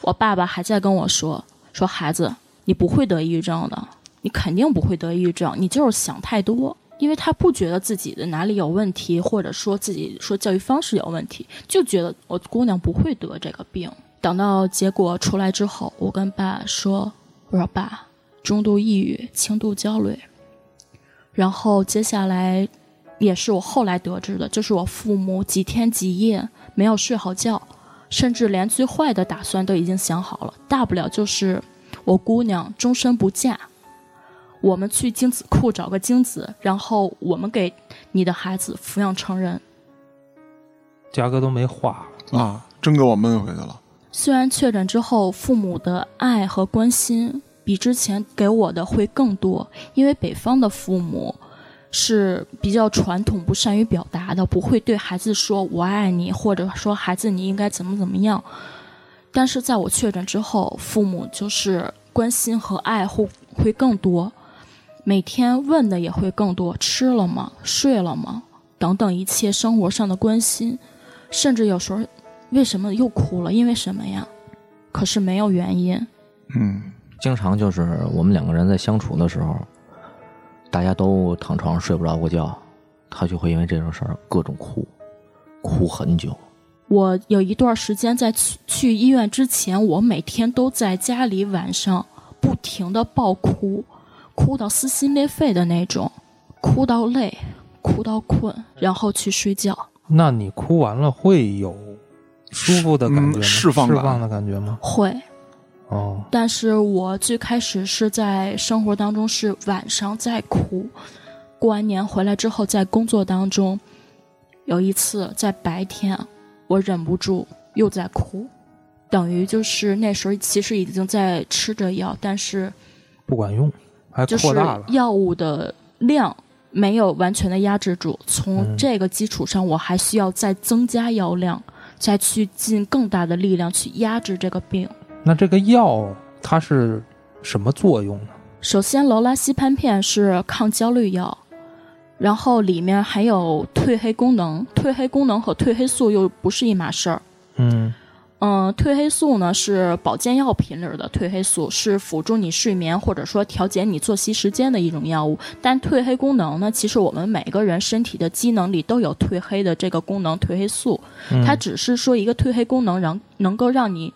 Speaker 3: 我爸爸还在跟我说：“说孩子，你不会得抑郁症的，你肯定不会得抑郁症，你就是想太多。”因为他不觉得自己的哪里有问题，或者说自己说教育方式有问题，就觉得我姑娘不会得这个病。等到结果出来之后，我跟爸说：“我说爸，中度抑郁，轻度焦虑。”然后接下来也是我后来得知的，就是我父母几天几夜没有睡好觉，甚至连最坏的打算都已经想好了，大不了就是我姑娘终身不嫁，我们去精子库找个精子，然后我们给你的孩子抚养成人。
Speaker 4: 嘉哥都没话了。
Speaker 1: 啊，真给我闷回去了。
Speaker 3: 虽然确诊之后，父母的爱和关心比之前给我的会更多，因为北方的父母是比较传统、不善于表达的，不会对孩子说“我爱你”或者说“孩子你应该怎么怎么样”。但是在我确诊之后，父母就是关心和爱护会更多，每天问的也会更多：吃了吗？睡了吗？等等一切生活上的关心，甚至有时候为什么又哭了？因为什么呀？可是没有原因。
Speaker 1: 嗯，
Speaker 2: 经常就是我们两个人在相处的时候，大家都躺床上睡不着过觉，他就会因为这种事儿各种哭，哭很久。
Speaker 3: 我有一段时间在去去医院之前，我每天都在家里晚上不停的爆哭，哭到撕心裂肺的那种，哭到累，哭到困，然后去睡觉。
Speaker 4: 那你哭完了会有舒服的感觉吗？
Speaker 1: 嗯释放
Speaker 4: 释
Speaker 1: 感
Speaker 4: 放的感觉吗？
Speaker 3: 会，
Speaker 4: 哦，
Speaker 3: 但是我最开始是在生活当中是晚上在哭，过完年回来之后，在工作当中，有一次在白天，我忍不住又在哭，等于就是那时候其实已经在吃着药，但是
Speaker 4: 不管用，还
Speaker 3: 就是
Speaker 4: 扩大了。
Speaker 3: 药物的量没有完全的压制住，从
Speaker 4: 嗯
Speaker 3: 这个基础上，我还需要再增加药量，再去尽更大的力量去压制这个病。
Speaker 4: 那这个药它是什么作用呢？
Speaker 3: 首先，劳拉西泮片是抗焦虑药，然后里面还有褪黑功能，褪黑功能和褪黑素又不是一码事儿。
Speaker 4: 嗯，
Speaker 3: 嗯，褪黑素呢是保健药品里的褪黑素，是辅助你睡眠或者说调节你作息时间的一种药物。但褪黑功能呢，其实我们每个人身体的机能里都有褪
Speaker 4: 嗯
Speaker 1: 嗯
Speaker 3: 黑的这个功能，褪黑素。它只是说一个褪黑功能，让能够让你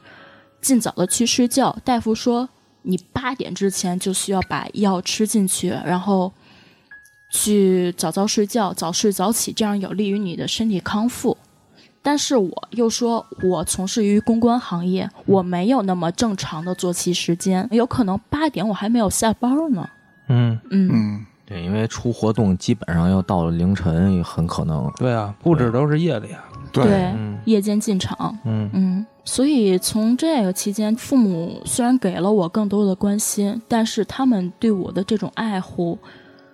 Speaker 3: 尽早的去睡觉。大夫说，你八点之前就需要把药吃进去，然后去早早睡觉，早睡早起，这样有利于你的身体康复。但是我又说，我从事于公关行业，我没有那么正常的作息时间，有可能八点我还没有下班呢。
Speaker 4: 嗯，
Speaker 3: 嗯，
Speaker 1: 嗯，
Speaker 2: 对，因为出活动基本上要到了凌晨，也很可能。
Speaker 4: 对啊，布置都是夜里啊。
Speaker 1: 对
Speaker 3: 对，
Speaker 4: 嗯
Speaker 3: 夜间进场，
Speaker 4: 嗯
Speaker 3: 嗯，所以从这个期间，父母虽然给了我更多的关心，但是他们对我的这种爱护，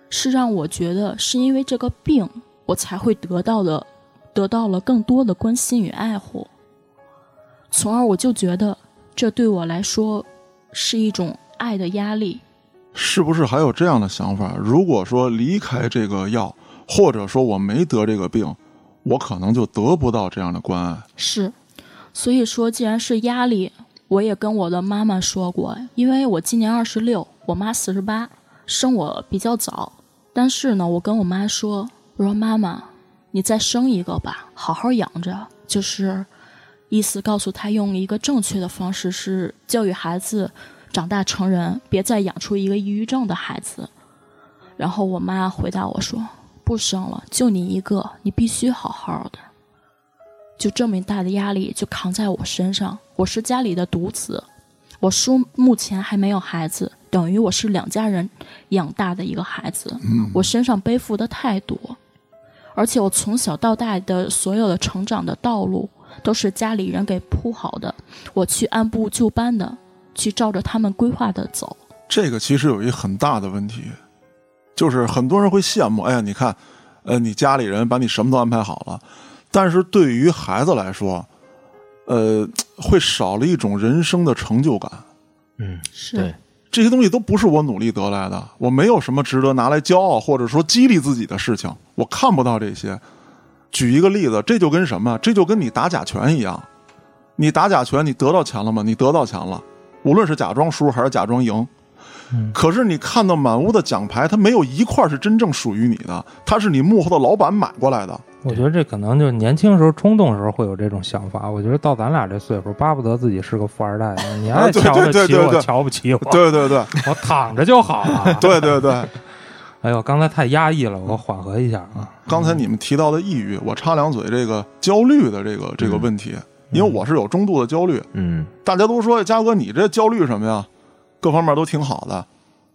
Speaker 3: 是让我觉得是因为这个病，我才会得到的，得到了更多的关心与爱护，从而我就觉得这对我来说是一种爱的压力。
Speaker 1: 是不是还有这样的想法？如果说离开这个药，或者说我没得这个病，我可能就得不到这样的关爱。
Speaker 3: 是，所以说，既然是压力，我也跟我的妈妈说过，因为我今年二十六，我妈四十八，生我比较早。但是呢，我跟我妈说，我说妈妈，你再生一个吧，好好养着，就是意思告诉她用一个正确的方式是教育孩子长大成人，别再养出一个抑郁症的孩子。然后我妈回答我说：“不生了，就你一个，你必须好好的。”就这么大的压力就扛在我身上。我是家里的独子，我叔目前还没有孩子，等于我是两家人养大的一个孩子。我身上背负的太多，而且我从小到大的所有的成长的道路都是家里人给铺好的，我去按部就班的去照着他们规划的走。
Speaker 1: 这个其实有一很大的问题，就是很多人会羡慕，哎呀，你看，呃，你家里人把你什么都安排好了，但是对于孩子来说，呃，会少了一种人生的成就感。
Speaker 2: 嗯，
Speaker 3: 是
Speaker 2: 对，
Speaker 1: 这些东西都不是我努力得来的，我没有什么值得拿来骄傲或者说激励自己的事情，我看不到这些。举一个例子，这就跟什么？这就跟你打假拳一样，你打假拳，你得到钱了吗？你得到钱了，无论是假装输还是假装赢。可是你看到满屋的奖牌，它没有一块是真正属于你的，它是你幕后的老板买过来的。
Speaker 4: 我觉得这可能就年轻时候冲动时候会有这种想法。我觉得到咱俩这岁数，巴不得自己是个富二代呢。 你爱
Speaker 1: 对
Speaker 4: 瞧得
Speaker 1: 对对
Speaker 4: 起
Speaker 1: 对
Speaker 4: 我，
Speaker 1: 对
Speaker 4: 瞧不起我，
Speaker 1: 对对对
Speaker 4: 我躺着就好了。
Speaker 1: 对对对，
Speaker 4: 哎呦，刚才太压抑了，我缓和一下啊。
Speaker 1: 刚才你们提到的抑郁，我插两嘴这个焦虑的这个这个问题，因为我是有中度的焦虑，
Speaker 2: 嗯，
Speaker 1: 大家都说嘉哥，你这焦虑什么呀？各方面都挺好的。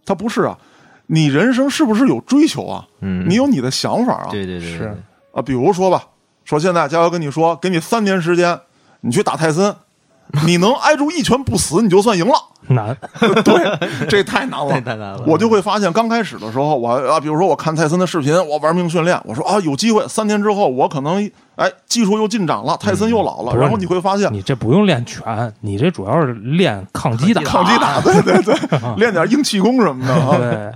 Speaker 1: 他不是啊，你人生是不是有追求啊？
Speaker 2: 嗯
Speaker 1: 你有你的想法啊？
Speaker 2: 对对对，
Speaker 4: 是
Speaker 2: 对
Speaker 1: 啊，比如说吧，说现在嘉哥跟你说，给你三年时间，你去打泰森，你能挨住一拳不死，你就算赢了。
Speaker 4: 难，
Speaker 1: 对，这太难了，
Speaker 2: 太难了
Speaker 1: 我就会发现，刚开始的时候，我啊，比如说我看泰森的视频，我玩命训练，我说啊，有机会，三年之后我可能哎技术又进展了，泰森又老了，
Speaker 4: 不是
Speaker 1: 然后你会发现，
Speaker 4: 你这不用练拳，你这主要是练抗击打。
Speaker 1: 抗击打，对对对，练点硬气功什么的啊。
Speaker 4: 对，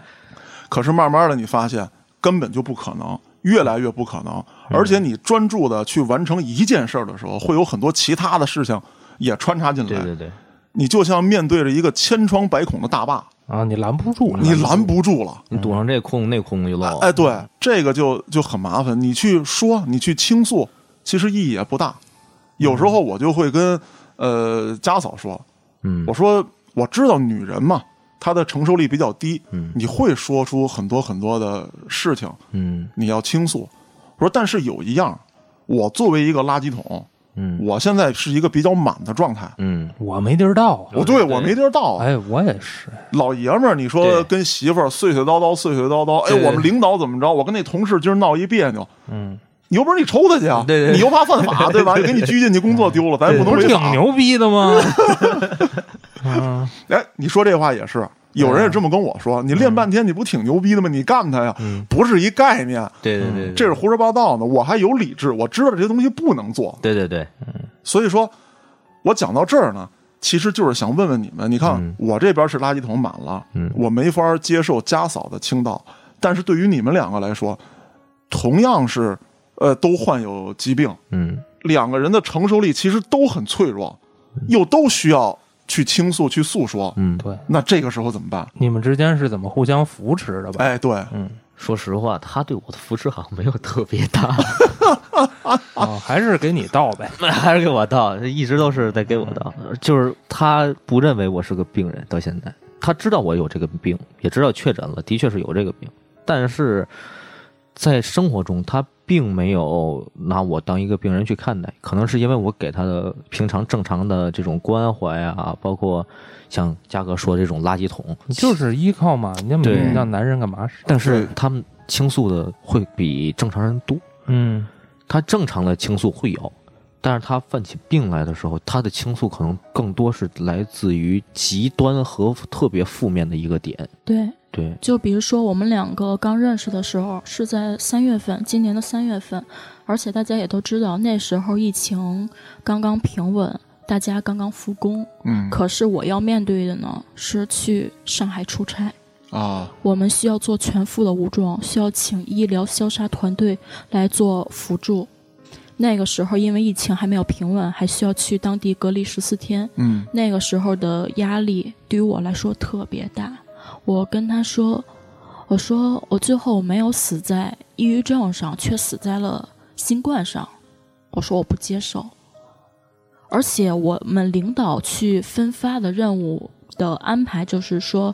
Speaker 1: 可是慢慢的，你发现根本就不可能，越来越不可能。
Speaker 2: 嗯
Speaker 1: 而且你专注的去完成一件事儿的时候，会有很多其他的事情也穿插进
Speaker 2: 对
Speaker 1: 来。
Speaker 2: 对对，
Speaker 1: 你就像面对着一个千疮百孔的大坝，
Speaker 4: 啊，你拦不住，
Speaker 2: 嗯
Speaker 1: 你拦不住了。
Speaker 2: 你堵上这空那空就漏。
Speaker 1: 哎，对，这个就就很麻烦。你去说，你去倾诉，其实意义也不大。有时候我就会跟呃家嫂说，
Speaker 2: 嗯
Speaker 1: 我说我知道女人嘛，她的承受力比较低，
Speaker 2: 嗯
Speaker 1: 你会说出很多很多的事情，
Speaker 2: 嗯
Speaker 1: 你要倾诉。我说，但是有一样，我作为一个垃圾桶，
Speaker 2: 嗯
Speaker 1: 我现在是一个比较满的状态。
Speaker 2: 嗯，
Speaker 4: 我没地儿到。啊
Speaker 1: 我对
Speaker 2: 对
Speaker 1: 我没地儿倒啊，
Speaker 4: 哎，我也是，
Speaker 1: 老爷们儿，你说
Speaker 2: 对
Speaker 1: 跟媳妇儿碎碎叨叨，碎碎叨叨，哎，
Speaker 2: 对对
Speaker 1: 我们领导怎么着？我跟那同事今儿闹一别扭，
Speaker 4: 嗯，
Speaker 1: 你有本事你抽他去啊！
Speaker 2: 对对对
Speaker 1: 你又怕犯法，对吧？又给你拘进去，工作丢了，咱也不能
Speaker 4: 哎不
Speaker 1: 违
Speaker 4: 是挺
Speaker 1: 法。
Speaker 4: 牛逼的 吗？嗯，
Speaker 1: 哎，你说这话也是，有人也这么跟我说，你练半天，你不挺牛逼的吗？你干他呀，不是一概念，
Speaker 2: 对对对，
Speaker 1: 这是胡说八道呢。我还有理智，我知道这些东西不能做，
Speaker 2: 对对对，
Speaker 1: 所以说，我讲到这儿呢，其实就是想问问你们，你看、我这边是垃圾桶满了，我没法接受家嫂的倾倒，但是对于你们两个来说，同样是呃都患有疾病，
Speaker 2: 嗯
Speaker 1: 两个人的承受力其实都很脆弱，又都需要去倾诉、去诉说，
Speaker 2: 嗯，
Speaker 4: 对，
Speaker 1: 那这个时候怎么办？
Speaker 4: 你们之间是怎么互相扶持的吧？
Speaker 1: 哎，对，
Speaker 4: 嗯，
Speaker 2: 说实话，他对我的扶持好像没有特别大，
Speaker 4: 啊，还是给你倒呗。
Speaker 2: 还是给我倒，一直都是在给我倒。
Speaker 4: 嗯
Speaker 2: 就是他不认为我是个病人，到现在他知道我有这个病，也知道确诊了，的确是有这个病，但是在生活中他并没有拿我当一个病人去看待，可能是因为我给他的平常正常的这种关怀啊，包括像嘉哥说这种垃圾桶，
Speaker 4: 你嗯就是依靠嘛，你那么
Speaker 2: 对
Speaker 4: 你让男人干嘛使？
Speaker 2: 但是他们倾诉的会比正常人多。
Speaker 4: 嗯，
Speaker 2: 他正常的倾诉会有，但是他犯起病来的时候，他的倾诉可能更多是来自于极端和特别负面的一个点。
Speaker 3: 对，
Speaker 2: 对，
Speaker 3: 就比如说我们两个刚认识的时候是在三月份，今年的三月份，而且大家也都知道，那时候疫情刚刚平稳，大家刚刚复工。
Speaker 1: 嗯
Speaker 3: 可是我要面对的呢是去上海出差，
Speaker 1: 啊，
Speaker 3: 我们需要做全副的武装，需要请医疗消杀团队来做辅助。那个时候因为疫情还没有平稳，还需要去当地隔离十四天。
Speaker 1: 嗯
Speaker 3: 那个时候的压力对于我来说特别大。我跟他说：“我说我最后没有死在抑郁症上，却死在了新冠上。”我说我不接受。而且我们领导去分发的任务的安排就是说，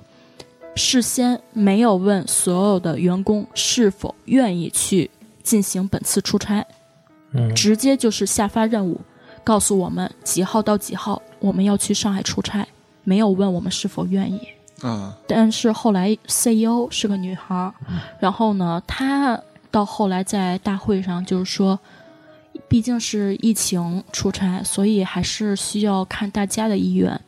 Speaker 3: 事先没有问所有的员工是否愿意去进行本次出差。
Speaker 4: 嗯
Speaker 3: 直接就是下发任务，告诉我们几号到几号我们要去上海出差，没有问我们是否愿意。
Speaker 1: 啊，
Speaker 3: 但是后来 CEO 是个女孩儿，
Speaker 1: 嗯
Speaker 3: 然后呢，她到后来在大会上就是说，毕竟是疫情出差，所以还是需要看大家的意愿，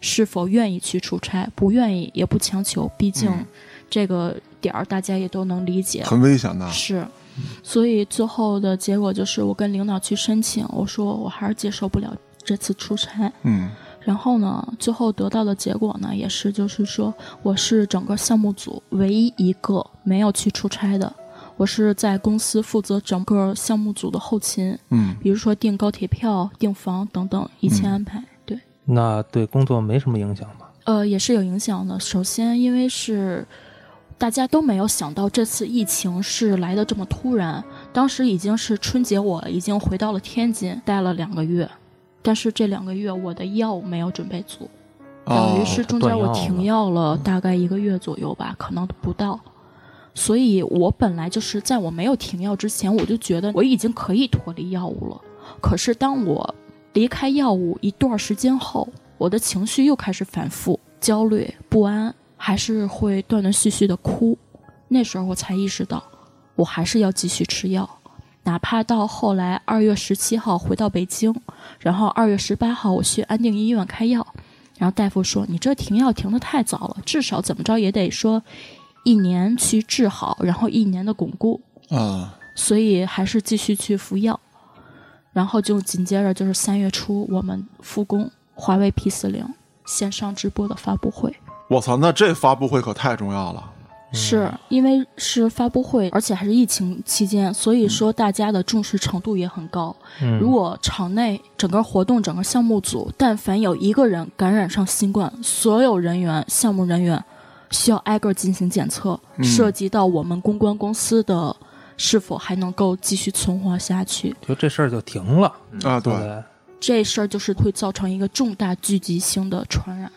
Speaker 3: 是否愿意去出差，不愿意也不强求，毕竟
Speaker 1: 嗯
Speaker 3: 这个点儿大家也都能理解。
Speaker 1: 很危险的。
Speaker 3: 是，所以最后的结果就是我跟领导去申请，我说我还是接受不了这次出差。
Speaker 1: 嗯
Speaker 3: 然后呢，最后得到的结果呢，也是就是说我是整个项目组唯一一个没有去出差的。我是在公司负责整个项目组的后勤，
Speaker 1: 嗯，
Speaker 3: 比如说订高铁票、订房等等一切
Speaker 1: 嗯
Speaker 3: 安排。对。
Speaker 4: 那对工作没什么影响吧？
Speaker 3: 呃，也是有影响的。首先，因为是大家都没有想到这次疫情是来的这么突然。当时已经是春节，我已经回到了天津，待了两个月，但是这两个月我的药没有准备足，等于
Speaker 1: 哦
Speaker 3: 是
Speaker 2: 他
Speaker 3: 中
Speaker 2: 断
Speaker 3: 间我
Speaker 2: 药
Speaker 3: 停
Speaker 2: 了
Speaker 3: 药了大概一个月左右吧，可能不到。所以我本来就是在我没有停药之前，我就觉得我已经可以脱离药物了。可是当我离开药物一段时间后，我的情绪又开始反复，焦虑、不安，还是会断断续续的哭。那时候我才意识到，我还是要继续吃药，哪怕到后来二月十七号回到北京，然后二月十八号我去安定医院开药，然后大夫说你这停药停的太早了，至少怎么着也得说一年去治好，然后一年的巩固，
Speaker 1: 啊，
Speaker 3: 所以还是继续去服药。然后就紧接着就是三月初我们复工，华为 P 四零线上直播的发布会。
Speaker 1: 我操，那这发布会可太重要了。
Speaker 4: 嗯
Speaker 3: 是因为是发布会，而且还是疫情期间，所以说大家的重视程度也很高。
Speaker 4: 嗯
Speaker 3: 如果场内整个活动、整个项目组，但凡有一个人感染上新冠，所有人员、项目人员需要挨个进行检测，
Speaker 1: 嗯
Speaker 3: 涉及到我们公关公司的是否还能够继续存活下去。
Speaker 4: 就这事儿就停了，
Speaker 1: 啊，对
Speaker 4: 对不，对，
Speaker 3: 这事儿就是会造成一个重大聚集性的传染，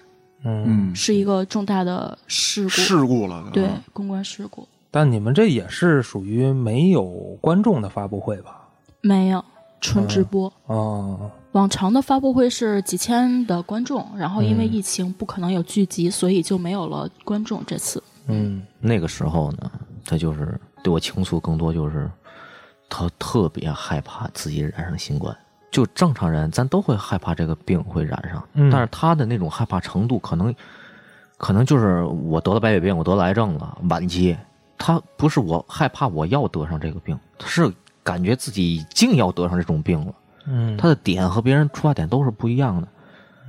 Speaker 4: 嗯。
Speaker 1: 嗯，
Speaker 3: 是一个重大的事故，
Speaker 1: 事故了。
Speaker 3: 对
Speaker 1: 嗯
Speaker 3: 公关事故
Speaker 4: 但你们这也是属于没有观众的发布会吧？
Speaker 3: 没有纯直播。
Speaker 4: 哦，
Speaker 3: 往常的发布会是几千的观众，然后因为疫情不可能有聚集，所以就没有了观众。这次
Speaker 4: 嗯，
Speaker 2: 那个时候呢，他就是对我倾诉更多就是，他特别害怕自己染上新冠。就正常人，咱都会害怕这个病会染上，
Speaker 4: 嗯
Speaker 2: 但是他的那种害怕程度，可能，可能就是我得了白血病，我得了癌症了，晚期。他不是我害怕我要得上这个病，他是感觉自己已经要得上这种病了。
Speaker 4: 嗯，
Speaker 2: 他的点和别人出发点都是不一样的。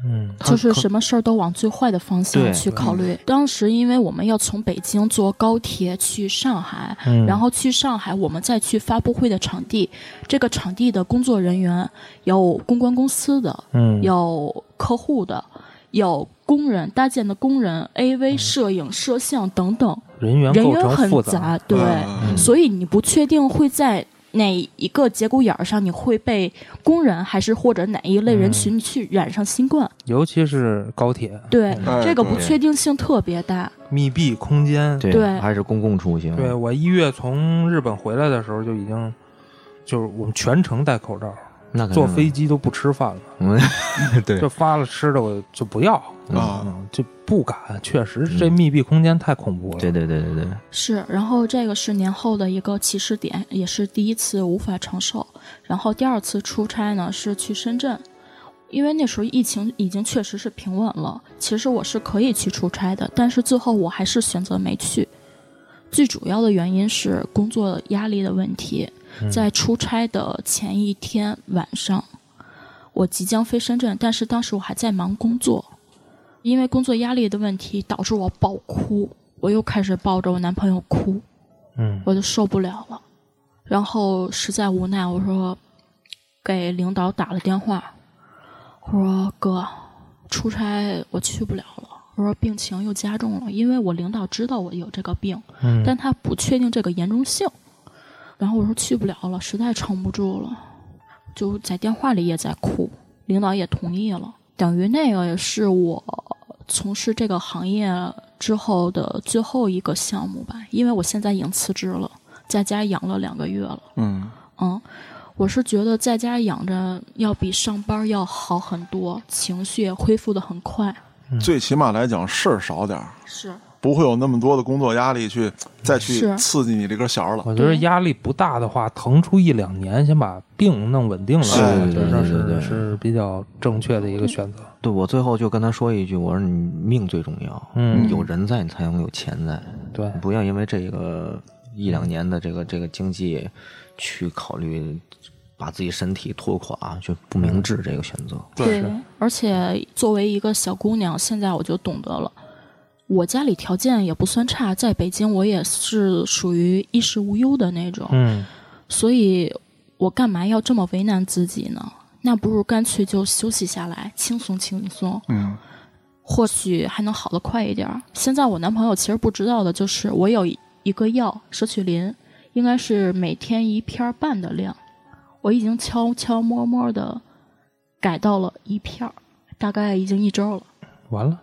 Speaker 4: 嗯
Speaker 2: 他
Speaker 3: 就是
Speaker 2: 可
Speaker 3: 什么事儿都往最坏的方向
Speaker 2: 对
Speaker 3: 去考虑。当时因为我们要从北京坐高铁去上海，
Speaker 4: 嗯
Speaker 3: 然后去上海我们再去发布会的场地，这个场地的工作人员有公关公司的，
Speaker 4: 嗯
Speaker 3: 有客户的，有工人搭建的工人、AV 摄影、摄像等等，
Speaker 4: 人员
Speaker 3: 人
Speaker 4: 嗯构
Speaker 3: 员
Speaker 4: 成
Speaker 3: 很
Speaker 4: 复
Speaker 3: 杂，对，
Speaker 1: 嗯
Speaker 3: 所以你不确定会在哪一个节骨眼儿上，你会被工人还是或者哪一类
Speaker 4: 嗯
Speaker 3: 人群去染上新冠？
Speaker 4: 尤其是高铁，
Speaker 3: 对，
Speaker 1: 哎
Speaker 3: 这个
Speaker 1: 对
Speaker 3: 不确定性特别大。
Speaker 4: 密闭空间。
Speaker 2: 对
Speaker 3: 对
Speaker 2: 还是公共出行，
Speaker 4: 对我一月从日本回来的时候就已经，就是我们全程戴口罩，
Speaker 2: 那肯定
Speaker 4: 坐飞机都不吃饭了，
Speaker 2: 嗯，对
Speaker 4: 这发了吃的我就不要，
Speaker 1: 啊，
Speaker 4: 嗯，就不敢，确实是这
Speaker 2: 嗯
Speaker 4: 密闭空间太恐怖了。
Speaker 2: 对对对对对，
Speaker 3: 是，然后这个是年后的一个起始点，也是第一次无法承受。然后第二次出差呢是去深圳，因为那时候疫情已经确实是平稳了，其实我是可以去出差的，但是最后我还是选择没去。最主要的原因是工作压力的问题，
Speaker 4: 嗯
Speaker 3: 在出差的前一天晚上，我即将飞深圳，但是当时我还在忙工作，因为工作压力的问题导致我爆哭，我又开始抱着我男朋友哭，
Speaker 4: 嗯，
Speaker 3: 我就受不了了。然后实在无奈，我说给领导打了电话，我说哥，出差我去不了了。我说病情又加重了，因为我领导知道我有这个病，
Speaker 4: 嗯
Speaker 3: 但他不确定这个严重性。然后我说去不了了，实在撑不住了，就在电话里也在哭，领导也同意了，等于那个也是我从事这个行业之后的最后一个项目吧，因为我现在已经辞职了，在家养了两个月了，
Speaker 1: 嗯
Speaker 3: 嗯。我是觉得在家养着要比上班要好很多，情绪也恢复的很快。
Speaker 1: 嗯最起码来讲事儿少点儿，
Speaker 3: 是，
Speaker 1: 不会有那么多的工作压力去再去
Speaker 3: 是
Speaker 1: 刺激你这根弦儿了。
Speaker 4: 我觉得压力不大的话，腾出一两年，先把病弄稳定了，
Speaker 1: 是
Speaker 4: 我
Speaker 1: 对
Speaker 4: 觉得
Speaker 2: 对对
Speaker 4: 是
Speaker 2: 对
Speaker 4: 是比较正确的一个选择。
Speaker 2: 对我最后就跟他说一句，我说你命最重要，
Speaker 4: 嗯
Speaker 2: 有人在你才能有钱在，
Speaker 4: 对，
Speaker 2: 不要因为这个一两年的这个这个经济去考虑把自己身体拖垮，就不明智这个选择。
Speaker 3: 对，而且作为一个小姑娘，现在我就懂得了。我家里条件也不算差，在北京我也是属于衣食无忧的那种，
Speaker 4: 嗯，
Speaker 3: 所以我干嘛要这么为难自己呢？那不如干脆就休息下来，轻松轻松，
Speaker 1: 嗯，
Speaker 3: 或许还能好得快一点儿。现在我男朋友其实不知道的就是，我有一个药舍曲林，应该是每天一片儿半的量，我已经悄悄摸摸的改到了一片儿，大概已经一周了。
Speaker 4: 完了，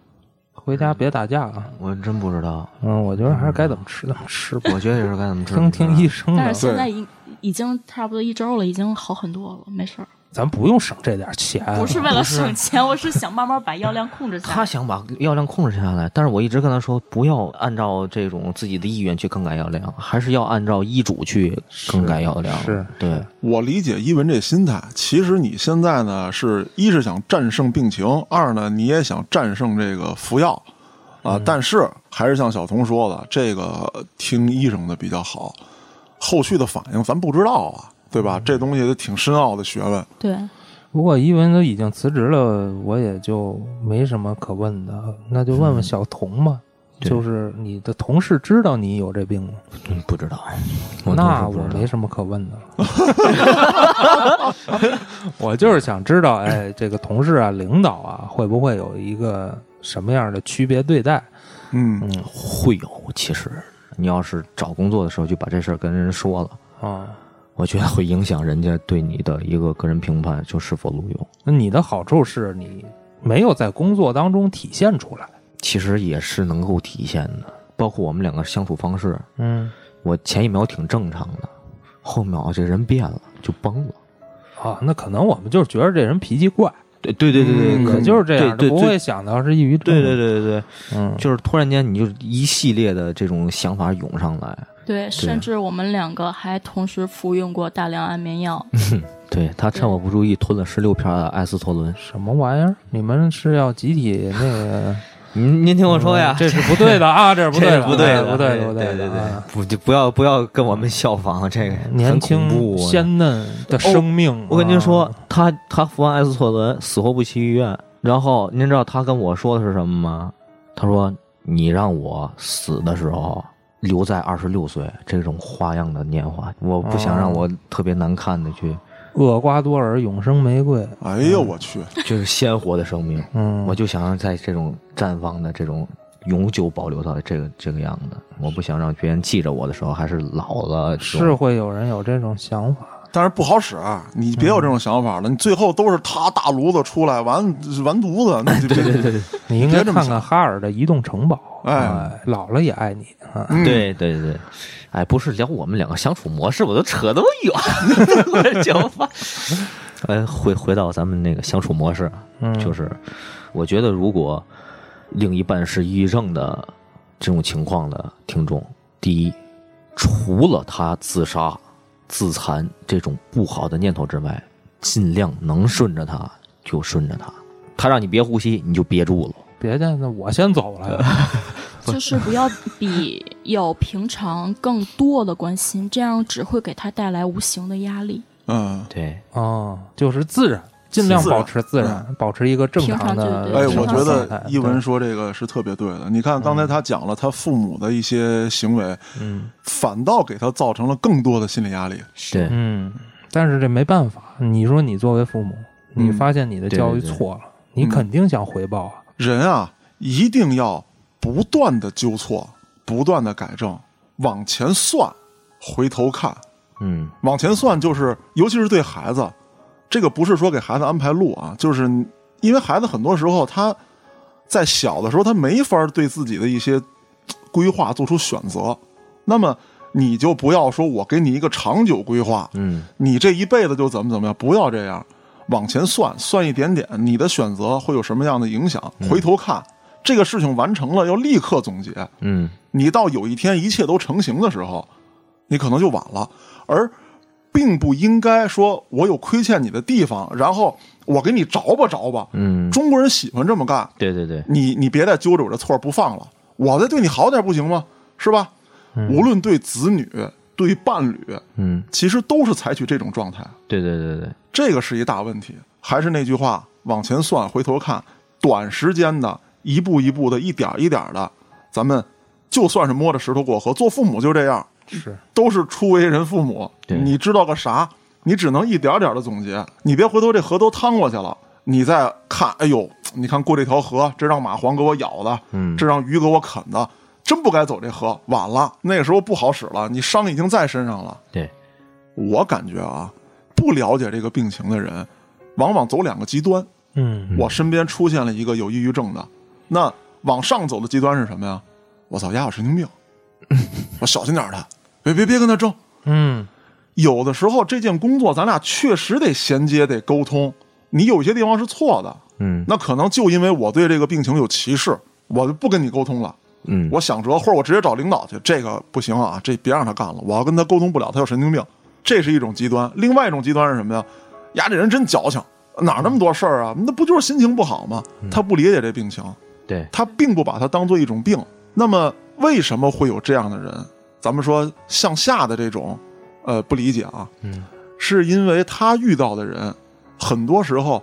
Speaker 4: 回家别打架啊。
Speaker 2: 我真不知道，
Speaker 4: 嗯，我觉得还是该怎么吃怎么吃吧，
Speaker 2: 我觉得嗯也是该怎么治。
Speaker 4: 听听医生
Speaker 3: 但
Speaker 4: 的
Speaker 3: 是，现在已已经差不多一周了，已经好很多了，没事儿。
Speaker 4: 咱不用省这点钱。
Speaker 3: 不是为了省钱，我是想慢慢把药量控制下
Speaker 2: 他
Speaker 3: 来。
Speaker 2: 想把药量控制下来，但是我一直跟他说，不要按照这种自己的意愿去更改药量，还是要按照医嘱去更改药量。
Speaker 4: 是
Speaker 2: 对，
Speaker 1: 我理解一文这心态，其实你现在呢是一是想战胜病情，二呢你也想战胜这个服药啊、
Speaker 3: 嗯
Speaker 1: 但是还是像小童说的，这个听医生的比较好，后续的反应咱不知道啊，对
Speaker 3: 嗯
Speaker 1: 吧？这东西都挺深奥的学问，
Speaker 3: 对，
Speaker 4: 不过一文都已经辞职了，我也就没什么可问的，那就问问小童吧。
Speaker 2: 对
Speaker 4: 就是你的同事知道你有这病吗？
Speaker 2: 嗯不知道，我当
Speaker 4: 那
Speaker 2: 时
Speaker 4: 我
Speaker 2: 不知道
Speaker 4: 没什么可问的了， 我就是想知道，哎，这个同事啊、领导啊，会不会有一个什么样的区别对待？
Speaker 1: 嗯
Speaker 4: 嗯
Speaker 2: 会有，其实你要是找工作的时候就把这事儿跟人说了，
Speaker 4: 啊，
Speaker 2: 我觉得会影响人家对你的一个个人评判，就是否录用。
Speaker 4: 那你的好处是你没有在工作当中体现出来。
Speaker 2: 其实也是能够体现的，包括我们两个相处方式，
Speaker 4: 嗯，
Speaker 2: 我前一秒挺正常的，后一秒这人变了，就崩了。
Speaker 4: 啊，那可能我们就是觉得这人脾气怪，
Speaker 2: 对对对
Speaker 1: 嗯
Speaker 4: 可就是这样，
Speaker 2: 对对
Speaker 4: 不会想到是抑郁症。
Speaker 2: 对对，对对对，
Speaker 4: 嗯，
Speaker 2: 就是突然间你就一系列的这种想法涌上来，
Speaker 3: 对，甚至我们两个还同时服用过大量安眠药。
Speaker 2: 对他趁我不注意吞了十六片儿艾司托伦。
Speaker 4: 什么玩意儿？你们是要集体那个？嗯
Speaker 2: 您您听我说呀，
Speaker 4: 这是不对 的啊， 这是不对
Speaker 2: 这
Speaker 4: 的，
Speaker 2: 是不对
Speaker 4: 哎
Speaker 2: 的，
Speaker 4: 不对的，不
Speaker 2: 对
Speaker 4: 的
Speaker 2: 对
Speaker 4: 啊。
Speaker 2: 对，不就不要不要跟我们效仿这个，
Speaker 4: 年
Speaker 2: 很恐
Speaker 4: 轻啊
Speaker 2: 怖啊哦
Speaker 4: 鲜嫩的生命。
Speaker 2: 我跟您说
Speaker 4: 啊，，
Speaker 2: 他他服完艾司唑仑，死活不去医院。然后您知道他跟我说的是什么吗？他说：“你让我死的时候留在二十六岁这种花样的年华，我不想让我特别难看的 去，
Speaker 4: 厄瓜多尔永生玫瑰，
Speaker 3: 嗯
Speaker 1: 哎呦我去，
Speaker 2: 就是鲜活的生命，
Speaker 4: 嗯，
Speaker 2: 我就想要在这种绽放的这种永久保留它的这个这个样子。我不想让别人记着我的时候还是老了这种
Speaker 4: 是会有人有这种想法。
Speaker 1: 但是不好使，啊你别有这种想法了。你最后都是他大炉子出来完完犊子，那就对对对，
Speaker 4: 你应该
Speaker 1: 别这么
Speaker 4: 看
Speaker 1: 想
Speaker 4: 看哈尔的移动城堡，
Speaker 1: 哎，
Speaker 4: 哎老了也爱你啊。
Speaker 1: 嗯
Speaker 2: 对对对，哎，不是聊我们两个相处模式，我都扯那么远， 我的讲法。哎，回回到咱们那个相处模式，
Speaker 4: 嗯，
Speaker 2: 就是我觉得如果另一半是抑郁症的这种情况的听众，第一，除了他自杀、自残这种不好的念头之外，尽量能顺着他就顺着他，他让你别呼吸你就憋住了。
Speaker 4: 别介，那我先走 了。
Speaker 3: 就是不要比有平常更多的关心，这样只会给他带来无形的压力。
Speaker 1: 嗯，
Speaker 2: 对，
Speaker 4: 哦，就是自然，尽量
Speaker 1: 自然嗯
Speaker 4: 保持自然，保持一个正常的
Speaker 3: 平
Speaker 1: 哎，
Speaker 3: 常
Speaker 4: 生
Speaker 1: 我
Speaker 4: 活
Speaker 1: 觉
Speaker 4: 状态。
Speaker 1: 得一文说这个是特别对的。你看刚才他讲了他父母的一些行为，
Speaker 4: 对，嗯
Speaker 1: 反倒给他造成了更多的心理压力。
Speaker 2: 对，
Speaker 4: 嗯，但是这没办法。你说你作为父母，
Speaker 1: 嗯
Speaker 4: 你发现你的教
Speaker 2: 对
Speaker 4: 育
Speaker 2: 对对
Speaker 4: 错了，你肯定想回报啊。
Speaker 1: 人啊，一定要不断的纠错，不断的改正，往前算，回头看，
Speaker 2: 嗯，
Speaker 1: 往前算就是，尤其是对孩子，这个不是说给孩子安排路啊，就是因为孩子很多时候他在小的时候他没法对自己的一些嘖规划做出选择，那么你就不要说我给你一个长久规划，
Speaker 2: 嗯，
Speaker 1: 你这一辈子就怎么怎么样，不要这样，往前算，算一点点，你的选择会有什么样的影响？回头看，这个事情完成了，要立刻总结。
Speaker 2: 嗯，
Speaker 1: 你到有一天一切都成型的时候，你可能就晚了，而并不应该说我有亏欠你的地方，然后我给你着吧着吧。
Speaker 2: 嗯，
Speaker 1: 中国人喜欢这么干，
Speaker 2: 对对对，
Speaker 1: 你你别再揪着我这错儿不放了，我再对你好点不行吗？是吧？无论对子女、对伴侣，
Speaker 2: 嗯，
Speaker 1: 其实都是采取这种状态。
Speaker 2: 对对对对，
Speaker 1: 这个是一大问题。还是那句话，往前算，回头看，短时间的，一步一步的，一点儿一点儿的，咱们就算是摸着石头过河。做父母就这样，
Speaker 4: 是，
Speaker 1: 都是初为人父母，
Speaker 2: 对
Speaker 1: 你知道个啥，你只能一点儿点的总结，你别回头这河都趟过去了，你再看，哎呦，你看过这条河，这让蚂蟥给我咬的，
Speaker 2: 嗯
Speaker 1: 这让鱼给我啃的，真不该走这河，晚了，那个时候不好使了，你伤已经在身上了。
Speaker 2: 对，
Speaker 1: 我感觉啊，不了解这个病情的人，往往走两个极端。
Speaker 4: 嗯，
Speaker 1: 我身边出现了一个有抑郁症的，那往上走的极端是什么呀？我操，丫有神经病， 我小心点儿他，别别别跟他争。
Speaker 4: 嗯，
Speaker 1: 有的时候这件工作咱俩确实得衔接，得沟通。你有些地方是错的，
Speaker 2: 嗯
Speaker 1: 那可能就因为我对这个病情有歧视，我就不跟你沟通了。
Speaker 2: 嗯，
Speaker 1: 我想辙，或者我直接找领导去，这个不行啊，这别让他干了，我要跟他沟通不了，他有神经病，这是一种极端。另外一种极端是什么呀？呀，这人真矫情，哪儿那么多事儿啊？那不就是心情不好吗？他不理解这病情，
Speaker 2: 对，
Speaker 1: 他并不把它当做一种病。那么为什么会有这样的人？咱们说向下的这种，呃，不理解啊，
Speaker 4: 嗯，
Speaker 1: 是因为他遇到的人，很多时候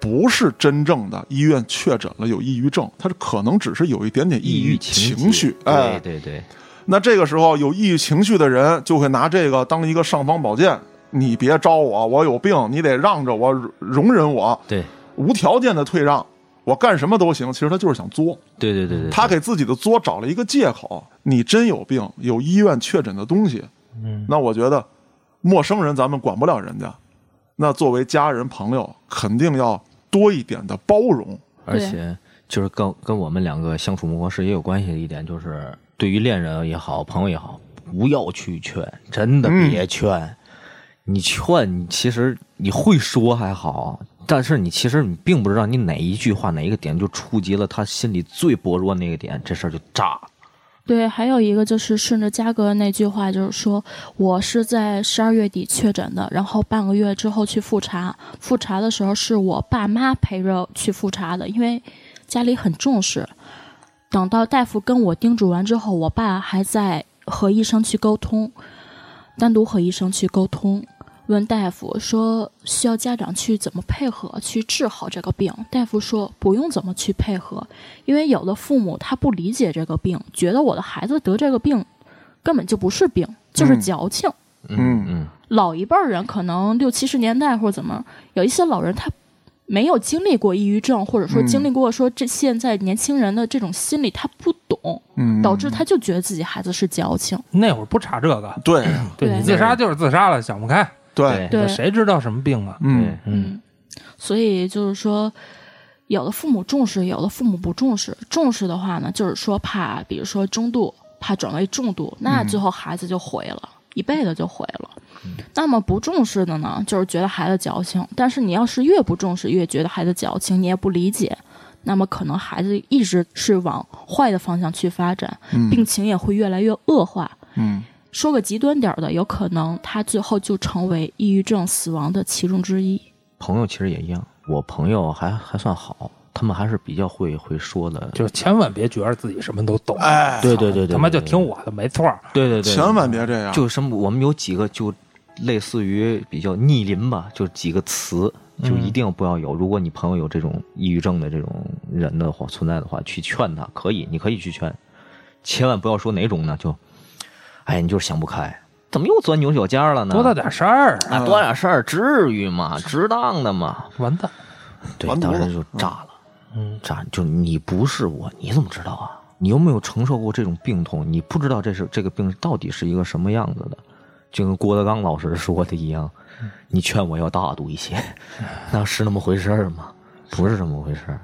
Speaker 1: 不是真正的医院确诊了有抑郁症，他是可能只是有一点点抑郁情绪，哎，
Speaker 2: 对对对，
Speaker 1: 那这个时候有抑郁情绪的人就会拿这个当一个尚方宝剑，你别招我，我有病，你得让着我，容忍我，
Speaker 2: 对
Speaker 1: 无条件的退让，我干什么都行。其实他就是想作，
Speaker 2: 对对对对，
Speaker 1: 他给自己的作找了一个借口。你真有病，有医院确诊的东西，
Speaker 4: 嗯，
Speaker 1: 那我觉得陌生人咱们管不了人家，那作为家人朋友，肯定要多一点的包容。
Speaker 2: 而
Speaker 3: 对
Speaker 2: 且就是跟跟我们两个相处模式也有关系的一点，就是对于恋人也好，朋友也好，不要去劝，真的
Speaker 1: 嗯
Speaker 2: 别劝。你劝，你其实你会说还好，但是你其实你并不知道你哪一句话哪一个点就触及了他心里最薄弱那个点，这事儿就炸了。
Speaker 3: 对，还有一个就是顺着嘉哥那句话，就是说我是在十二月底确诊的，然后半个月之后去复查，复查的时候是我爸妈陪着去复查的，因为家里很重视。等到大夫跟我叮嘱完之后，我爸还在和医生去沟通，单独和医生去沟通，问大夫说需要家长去怎么配合去治好这个病。大夫说不用怎么去配合，因为有的父母他不理解这个病，觉得我的孩子得这个病根本就不是病，就是
Speaker 1: 嗯
Speaker 3: 矫情。
Speaker 1: 嗯
Speaker 2: 嗯
Speaker 3: 老一辈儿人可能六七十年代或者怎么，有一些老人他没有经历过抑郁症，或者说
Speaker 1: 嗯
Speaker 3: 经历过说这现在年轻人的这种心理，他不懂，
Speaker 1: 嗯，
Speaker 3: 导致他就觉得自己孩子是矫情。
Speaker 4: 那会儿不查这个，
Speaker 1: 对
Speaker 4: 对
Speaker 3: 对
Speaker 4: 你自杀就是自杀了，想不开，
Speaker 1: 对，
Speaker 3: 对
Speaker 4: 谁知道什么病啊？
Speaker 1: 嗯，
Speaker 3: 嗯，所以就是说，有的父母重视，有的父母不重视。重视的话呢，就是说怕，比如说中度，怕转为重度，那最后孩子就毁了，一辈子就毁了。那么不重视的呢，就是觉得孩子矫情。但是你要是越不重视，越觉得孩子矫情，你也不理解。那么可能孩子一直是往坏的方向去发展，
Speaker 1: 嗯
Speaker 3: 病情也会越来越恶化。
Speaker 1: 嗯
Speaker 3: 说个极端点儿的，有可能他最后就成为抑郁症死亡的其中之一。
Speaker 2: 朋友其实也一样，我朋友还还算好，他们还是比较会会说的，
Speaker 4: 就千万别觉得自己什么都懂，啊
Speaker 1: 哎
Speaker 2: 对对对对，
Speaker 4: 他妈就
Speaker 2: 对
Speaker 4: 听，我的没错儿。
Speaker 2: 对对对，
Speaker 1: 千万别这样，
Speaker 2: 就什么，我们有几个就类似于比较逆鳞吧，就几个词，就一定不要有。如果你朋友有这种抑郁症的这种人的话存在的话，去劝他可以，你可以去劝，千万不要说哪种呢，就，哎，你就是想不开，怎么又钻牛角尖儿了呢？
Speaker 4: 多大点事儿，
Speaker 2: 啊，多点事儿，至于吗？哎值当的吗？
Speaker 4: 完蛋！
Speaker 2: 对
Speaker 1: 完，犊
Speaker 2: 当
Speaker 1: 子
Speaker 2: 时就炸了，
Speaker 4: 嗯，
Speaker 2: 炸就是你不是我，你怎么知道啊？你又没有承受过这种病痛，你不知道这是这个病到底是一个什么样子的，就跟郭德纲老师说的一样，你劝我要大度一些，那是那么回事儿吗？不是这么回事儿，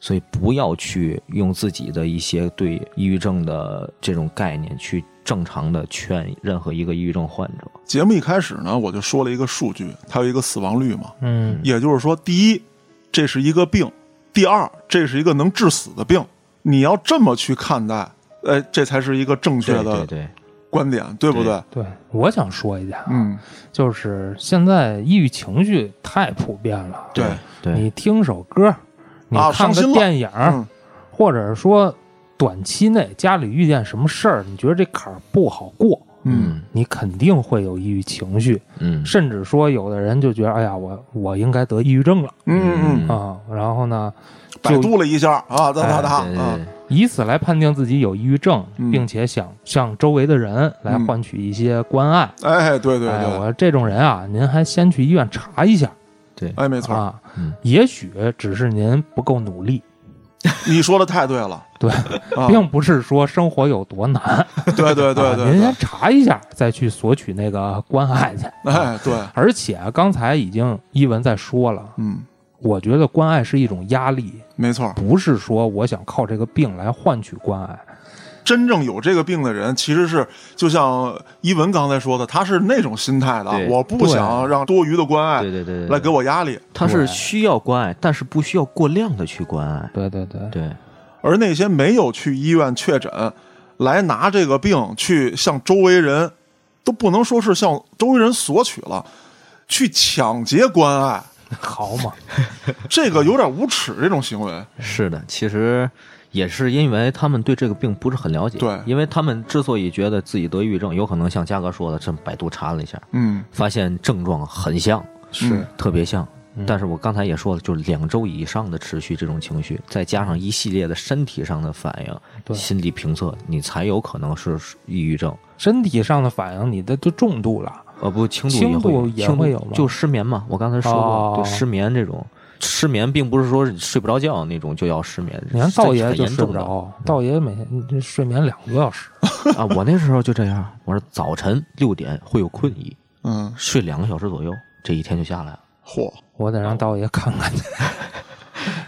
Speaker 2: 所以不要去用自己的一些对抑郁症的这种概念去正常的劝任何一个抑郁症患者。
Speaker 1: 节目一开始呢，我就说了一个数据，它有一个死亡率嘛，
Speaker 4: 嗯，
Speaker 1: 也就是说，第一，这是一个病；第二，这是一个能致死的病。你要这么去看待，哎，这才是一个正确
Speaker 2: 对对
Speaker 1: 的
Speaker 2: 对，
Speaker 1: 观点，对不对？
Speaker 4: 对，我想说一下，啊
Speaker 1: 嗯，
Speaker 4: 就是现在抑郁情绪太普遍了。
Speaker 1: 对，
Speaker 2: 对
Speaker 4: 你听首歌，你
Speaker 1: 啊
Speaker 4: 看
Speaker 1: 伤心
Speaker 4: 个
Speaker 1: 了
Speaker 4: 电影，
Speaker 1: 嗯，
Speaker 4: 或者说短期内家里遇见什么事儿，你觉得这坎儿不好过，
Speaker 1: 嗯，
Speaker 4: 你肯定会有抑郁情绪，
Speaker 2: 嗯
Speaker 4: 甚至说有的人就觉得，哎呀，我我应该得抑郁症了
Speaker 1: 嗯嗯，
Speaker 4: 啊、然后呢，
Speaker 1: 百度了一下啊，哒哒哒
Speaker 2: 嗯对
Speaker 1: 啊
Speaker 2: 对，
Speaker 4: 以此来判定自己有抑郁症，
Speaker 1: 嗯
Speaker 4: 并且想向周围的人来换取一些关爱。
Speaker 1: 哎，对对
Speaker 4: 哎，
Speaker 1: 对，
Speaker 4: 我这种人啊，您还先去医院查一下
Speaker 2: 对
Speaker 1: 哎，没错，
Speaker 4: 啊，
Speaker 2: 嗯
Speaker 4: 也许只是您不够努力，
Speaker 1: 你说的太对了，
Speaker 4: 对，
Speaker 1: 啊，
Speaker 4: 并不是说生活有多难。
Speaker 1: 对对对
Speaker 4: 啊
Speaker 1: 对
Speaker 4: 您先
Speaker 1: 对，
Speaker 4: 查一下，再去索取那个关爱去。
Speaker 1: 哎，对，
Speaker 4: 而且啊刚才已经一文在说了，
Speaker 1: 嗯，
Speaker 4: 我觉得关爱是一种压力，
Speaker 1: 没错，
Speaker 4: 不是说我想靠这个病来换取关爱。
Speaker 1: 真正有这个病的人，其实是就像一文刚才说的，他是那种心态的，
Speaker 2: 对
Speaker 1: 我不想让多余的关爱
Speaker 2: 对对对对，
Speaker 1: 来给我压力。
Speaker 2: 他是
Speaker 4: 对
Speaker 2: 需要关爱，但是不需要过量的去关爱。
Speaker 4: 对对对，
Speaker 2: 对，
Speaker 1: 而那些没有去医院确诊，来拿这个病去向周围人，都不能说是向周围人索取了，去抢劫关爱，
Speaker 4: 好嘛，
Speaker 1: 这个有点无耻，这种行为。
Speaker 2: 是的，其实也是因为他们对这个病不是很了解。
Speaker 1: 对
Speaker 2: 因为他们之所以觉得自己得抑郁症，有可能像嘉哥说的，这百度查了一下，
Speaker 1: 嗯，
Speaker 2: 发现症状很像，
Speaker 1: 是
Speaker 2: 特别像。
Speaker 4: 嗯
Speaker 2: 但是我刚才也说了，就是两周以上的持续这种情绪，再加上一系列的身体上的反应、
Speaker 4: 对
Speaker 2: 心理评测，你才有可能是抑郁症。
Speaker 4: 身体上的反应你的就重度了。
Speaker 2: 呃，不，轻度
Speaker 4: 轻
Speaker 2: 也会
Speaker 4: 度
Speaker 2: 有，
Speaker 4: 也
Speaker 2: 轻
Speaker 4: 会
Speaker 2: 度
Speaker 4: 有吗
Speaker 2: 就失眠嘛。我刚才说过，
Speaker 4: 哦
Speaker 2: 对失眠这种，失眠并不是说是睡不着觉那种就要失眠，
Speaker 4: 你看
Speaker 2: 是
Speaker 4: 道爷
Speaker 2: 很
Speaker 4: 就
Speaker 2: 严
Speaker 4: 睡
Speaker 2: 重
Speaker 4: 不
Speaker 2: 的
Speaker 4: 着，道爷每天睡眠两个多小时，
Speaker 2: 啊。我那时候就这样，我说早晨六点会有困意，
Speaker 1: 嗯，
Speaker 2: 睡两个小时左右，这一天就下来了。
Speaker 1: 嚯，
Speaker 4: 我得让道爷看看去。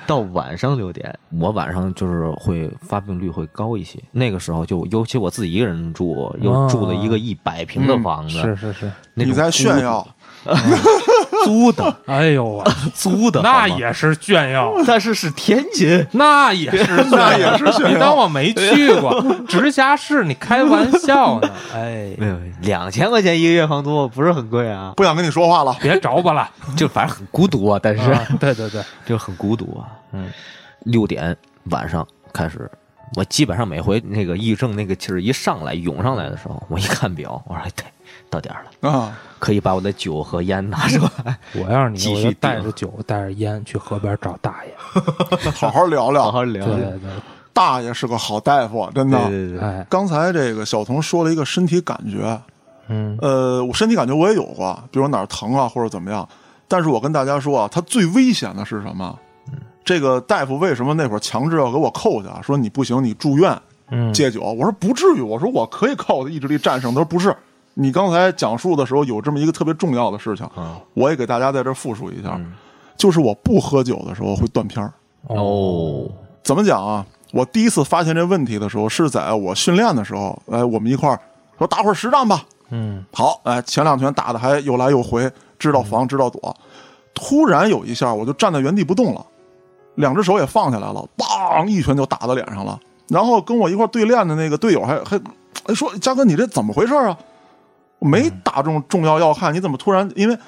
Speaker 2: 到晚上六点，我晚上就是会发病率会高一些。那个时候就，尤其我自己一个人住，又住了一个一百平的
Speaker 1: 嗯
Speaker 2: 房子，
Speaker 4: 是是是，
Speaker 2: 那
Speaker 1: 你
Speaker 2: 种
Speaker 1: 在
Speaker 2: 租
Speaker 1: 炫耀？
Speaker 2: 租的
Speaker 4: 哎呦我，
Speaker 2: 租的，好吗，
Speaker 4: 那也是炫 耀。
Speaker 2: 但是是天津，
Speaker 4: 那也是炫耀，
Speaker 1: 那也是炫耀
Speaker 4: 你当我没去过 直辖市？你开玩笑呢？哎，
Speaker 2: 没有两千块钱一个月房租不是很贵啊，
Speaker 1: 不想跟你说话了。
Speaker 4: 别着吧了，
Speaker 2: 就反正很孤独啊，但是、
Speaker 4: 啊对对对，
Speaker 2: 就很孤独啊。
Speaker 4: 嗯，
Speaker 2: 六点晚上开始，我基本上每回那个抑郁症那个气儿一上来涌上来的时候，我一看表，我说哎对，到点儿了，
Speaker 1: 啊，
Speaker 2: 可以把我的酒和烟拿出来，
Speaker 4: 我要是
Speaker 2: 继
Speaker 4: 你，我
Speaker 2: 续
Speaker 4: 就带着酒，带着烟去河边找大爷。
Speaker 1: 好好聊
Speaker 2: 好
Speaker 1: 聊。
Speaker 2: 好
Speaker 4: 对
Speaker 2: 聊。
Speaker 4: 对对，
Speaker 1: 大爷是个好大夫，真
Speaker 2: 对
Speaker 1: 的。
Speaker 2: 对对，
Speaker 4: 哎，
Speaker 1: 刚才这个小童说了一个身体感觉，
Speaker 4: 嗯
Speaker 1: 啊呃，我身体感觉我也有过，比如哪儿疼啊或者怎么样，但是我跟大家说啊，它最危险的是什么？
Speaker 4: 嗯
Speaker 1: 这个大夫为什么那会儿强制要给我扣下？说你不行，你住院
Speaker 4: 嗯，
Speaker 1: 戒酒。我说不至于，我说我可以靠我的意志力战胜。他说不是，你刚才讲述的时候有这么一个特别重要的事情，
Speaker 4: 嗯
Speaker 2: 啊
Speaker 1: 我也给大家在这儿复述一下，就是我不喝酒的时候会断片儿。
Speaker 2: 哦，
Speaker 1: 怎么讲啊？我第一次发现这问题的时候是在我训练的时候，哎，我们一块儿说打会儿实战吧，
Speaker 4: 嗯
Speaker 1: 好，哎，前两拳打的还又来又回，知道防，知道躲。突然有一下，我就站在原地不动了，两只手也放下来了，梆一拳就打到脸上了。然后跟我一块对练的那个队友还还哎说：“嘉哥，你这怎么回事啊？没打中重要要害，你怎么突然因为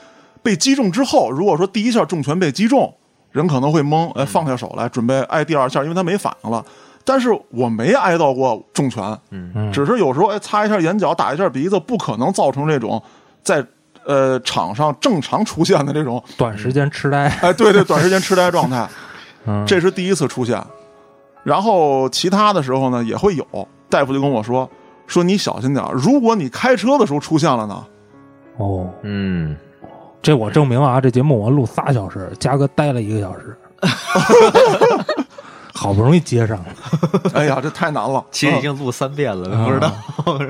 Speaker 1: 被击中之后，如果说第一下重拳被击中，人可能会懵，哎，放下手来准备挨第二下，因为他没反应了。但是我没挨到过重拳，
Speaker 4: 嗯，
Speaker 1: 只是有时候哎擦一下眼角，打一下鼻子，不可能造成这种在呃场上正常出现的这种
Speaker 4: 短时间痴呆，
Speaker 1: 哎对对短时间痴呆状态，
Speaker 4: 嗯，
Speaker 1: 这是第一次出现。然后其他的时候呢也会有，大夫就跟我说说你小心点儿，如果你开车的时候出现了呢，
Speaker 4: 哦，
Speaker 2: 嗯，
Speaker 4: 这我证明啊，这节目我录仨小时，嘉哥待了一个小 时，好不容易接上了，
Speaker 1: 哎呀这太难了。
Speaker 2: 其实
Speaker 1: 嗯
Speaker 2: 已经录三遍了，不知道。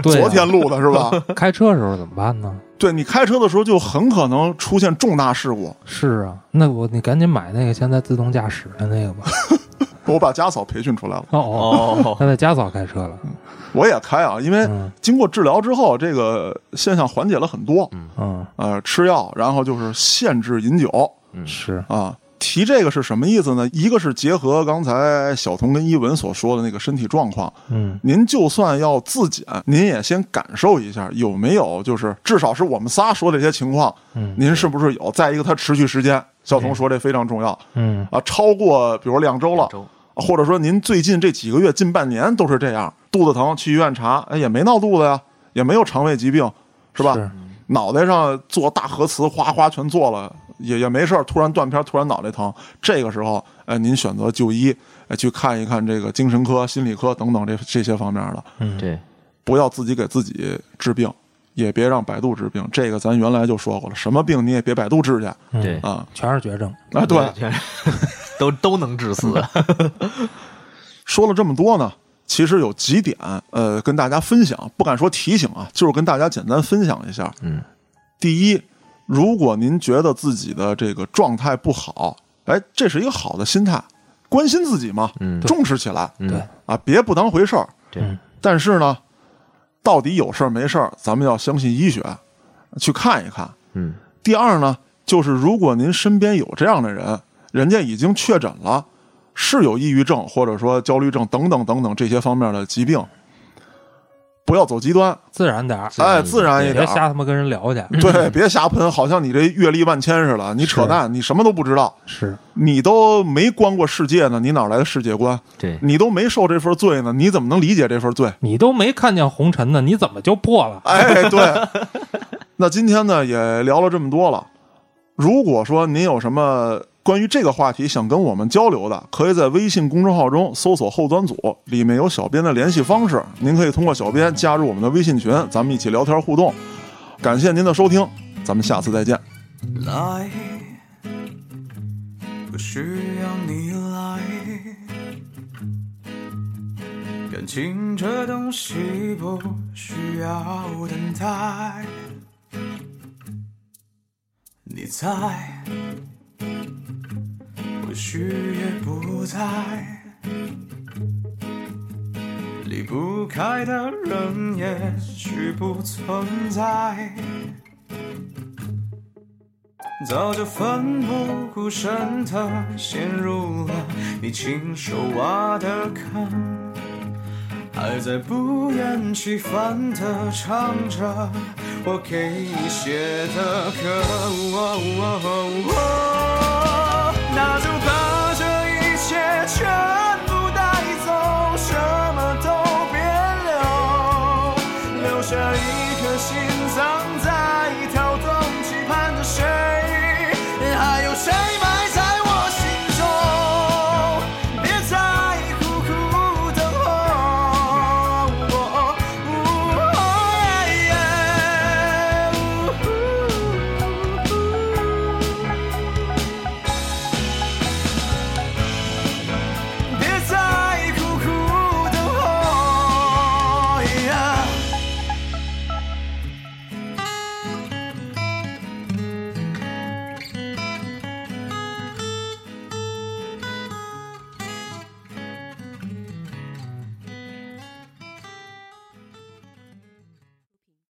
Speaker 4: 对啊
Speaker 1: 昨天录的是吧？
Speaker 4: 开车时候怎么办呢？
Speaker 1: 对你开车的时候就很可能出现重大事故。
Speaker 4: 是啊，那我你赶紧买那个现在自动驾驶的那个 吧。
Speaker 1: 我把家嫂培训出来了，
Speaker 4: 哦哦，
Speaker 2: 哦，
Speaker 4: 现在家嫂开车了，
Speaker 1: 嗯我也开啊，因为
Speaker 4: 嗯
Speaker 1: 经过治疗之后，这个现象缓解了很多。
Speaker 4: 嗯，
Speaker 1: 呃，吃药，然后就是限制饮酒
Speaker 4: 是，
Speaker 1: 啊。提这个是什么意思呢？一个是结合刚才小童跟一文所说的那个身体状况，
Speaker 4: 嗯
Speaker 1: 您就算要自检，您也先感受一下有没有，就是至少是我们仨说这些情况，
Speaker 4: 嗯
Speaker 1: 您是不是有？再一个，它持续时间，小童说这非常重要
Speaker 4: 嗯
Speaker 1: 啊，超过比如两周了，
Speaker 2: 周
Speaker 1: 或者说您最近这几个月、近半年都是这样，肚子疼去医院查，哎，也没闹肚子呀，也没有肠胃疾病，是吧？
Speaker 4: 是
Speaker 1: 脑袋上做大核磁，哗哗全做了，也也没事儿，突然断片儿，突然脑袋疼，这个时候，哎，您选择就医，哎，去看一看这个精神科、心理科等等这这些方面的，
Speaker 2: 对，
Speaker 1: 不要自己给自己治病，也别让百度治病，这个咱原来就说过了，什么病你也别百度治去
Speaker 4: 嗯
Speaker 2: 对
Speaker 1: 啊
Speaker 4: 全是绝症，
Speaker 1: 啊！对，
Speaker 2: 全都都能致死。
Speaker 1: 说了这么多呢，其实有几点，呃，跟大家分享，不敢说提醒啊，就是跟大家简单分享一下。
Speaker 2: 嗯，
Speaker 1: 第一，如果您觉得自己的这个状态不好，哎，这是一个好的心态，关心自己嘛，
Speaker 2: 嗯
Speaker 1: 重视起来，
Speaker 2: 对
Speaker 1: 啊，别不当回事儿。
Speaker 2: 对
Speaker 4: 嗯
Speaker 1: 但是呢，到底有事儿没事儿，咱们要相信医学，去看一看。
Speaker 2: 嗯
Speaker 1: 第二呢，就是如果您身边有这样的人，人家已经确诊了，是有抑郁症或者说焦虑症等等等等这些方面的疾病，不要走极端，
Speaker 4: 自然点儿，
Speaker 1: 哎，自
Speaker 2: 自
Speaker 1: 然一
Speaker 4: 别
Speaker 1: 点
Speaker 4: 瞎
Speaker 1: 儿，嗯
Speaker 4: 他妈跟人聊去，
Speaker 1: 对，别瞎喷，好像你这阅历万千似的，你扯淡，你什么都不知道，
Speaker 4: 是
Speaker 1: 你都没观过世界呢，你哪来的世界观？
Speaker 2: 对，
Speaker 1: 你都没受这份罪呢，你怎么能理解这份罪？
Speaker 4: 你都没看见红尘呢，你怎么就破了？
Speaker 1: 哎，对。那今天呢，也聊了这么多了。如果说您有什么关于这个话题想跟我们交流的，可以在微信公众号中搜索“后端组”，里面有小编的联系方式，您可以通过小编加入我们的微信群，咱们一起聊天互动。感谢您的收听，咱们下次再见。
Speaker 5: 来，不需要你来。感情这东西不需要等待，你在，或许也不在。离不开的人，也许不存在。早就奋不顾身地陷入了你亲手挖的坑，还在不厌其烦地唱着我给你写的歌。哦哦哦哦拿着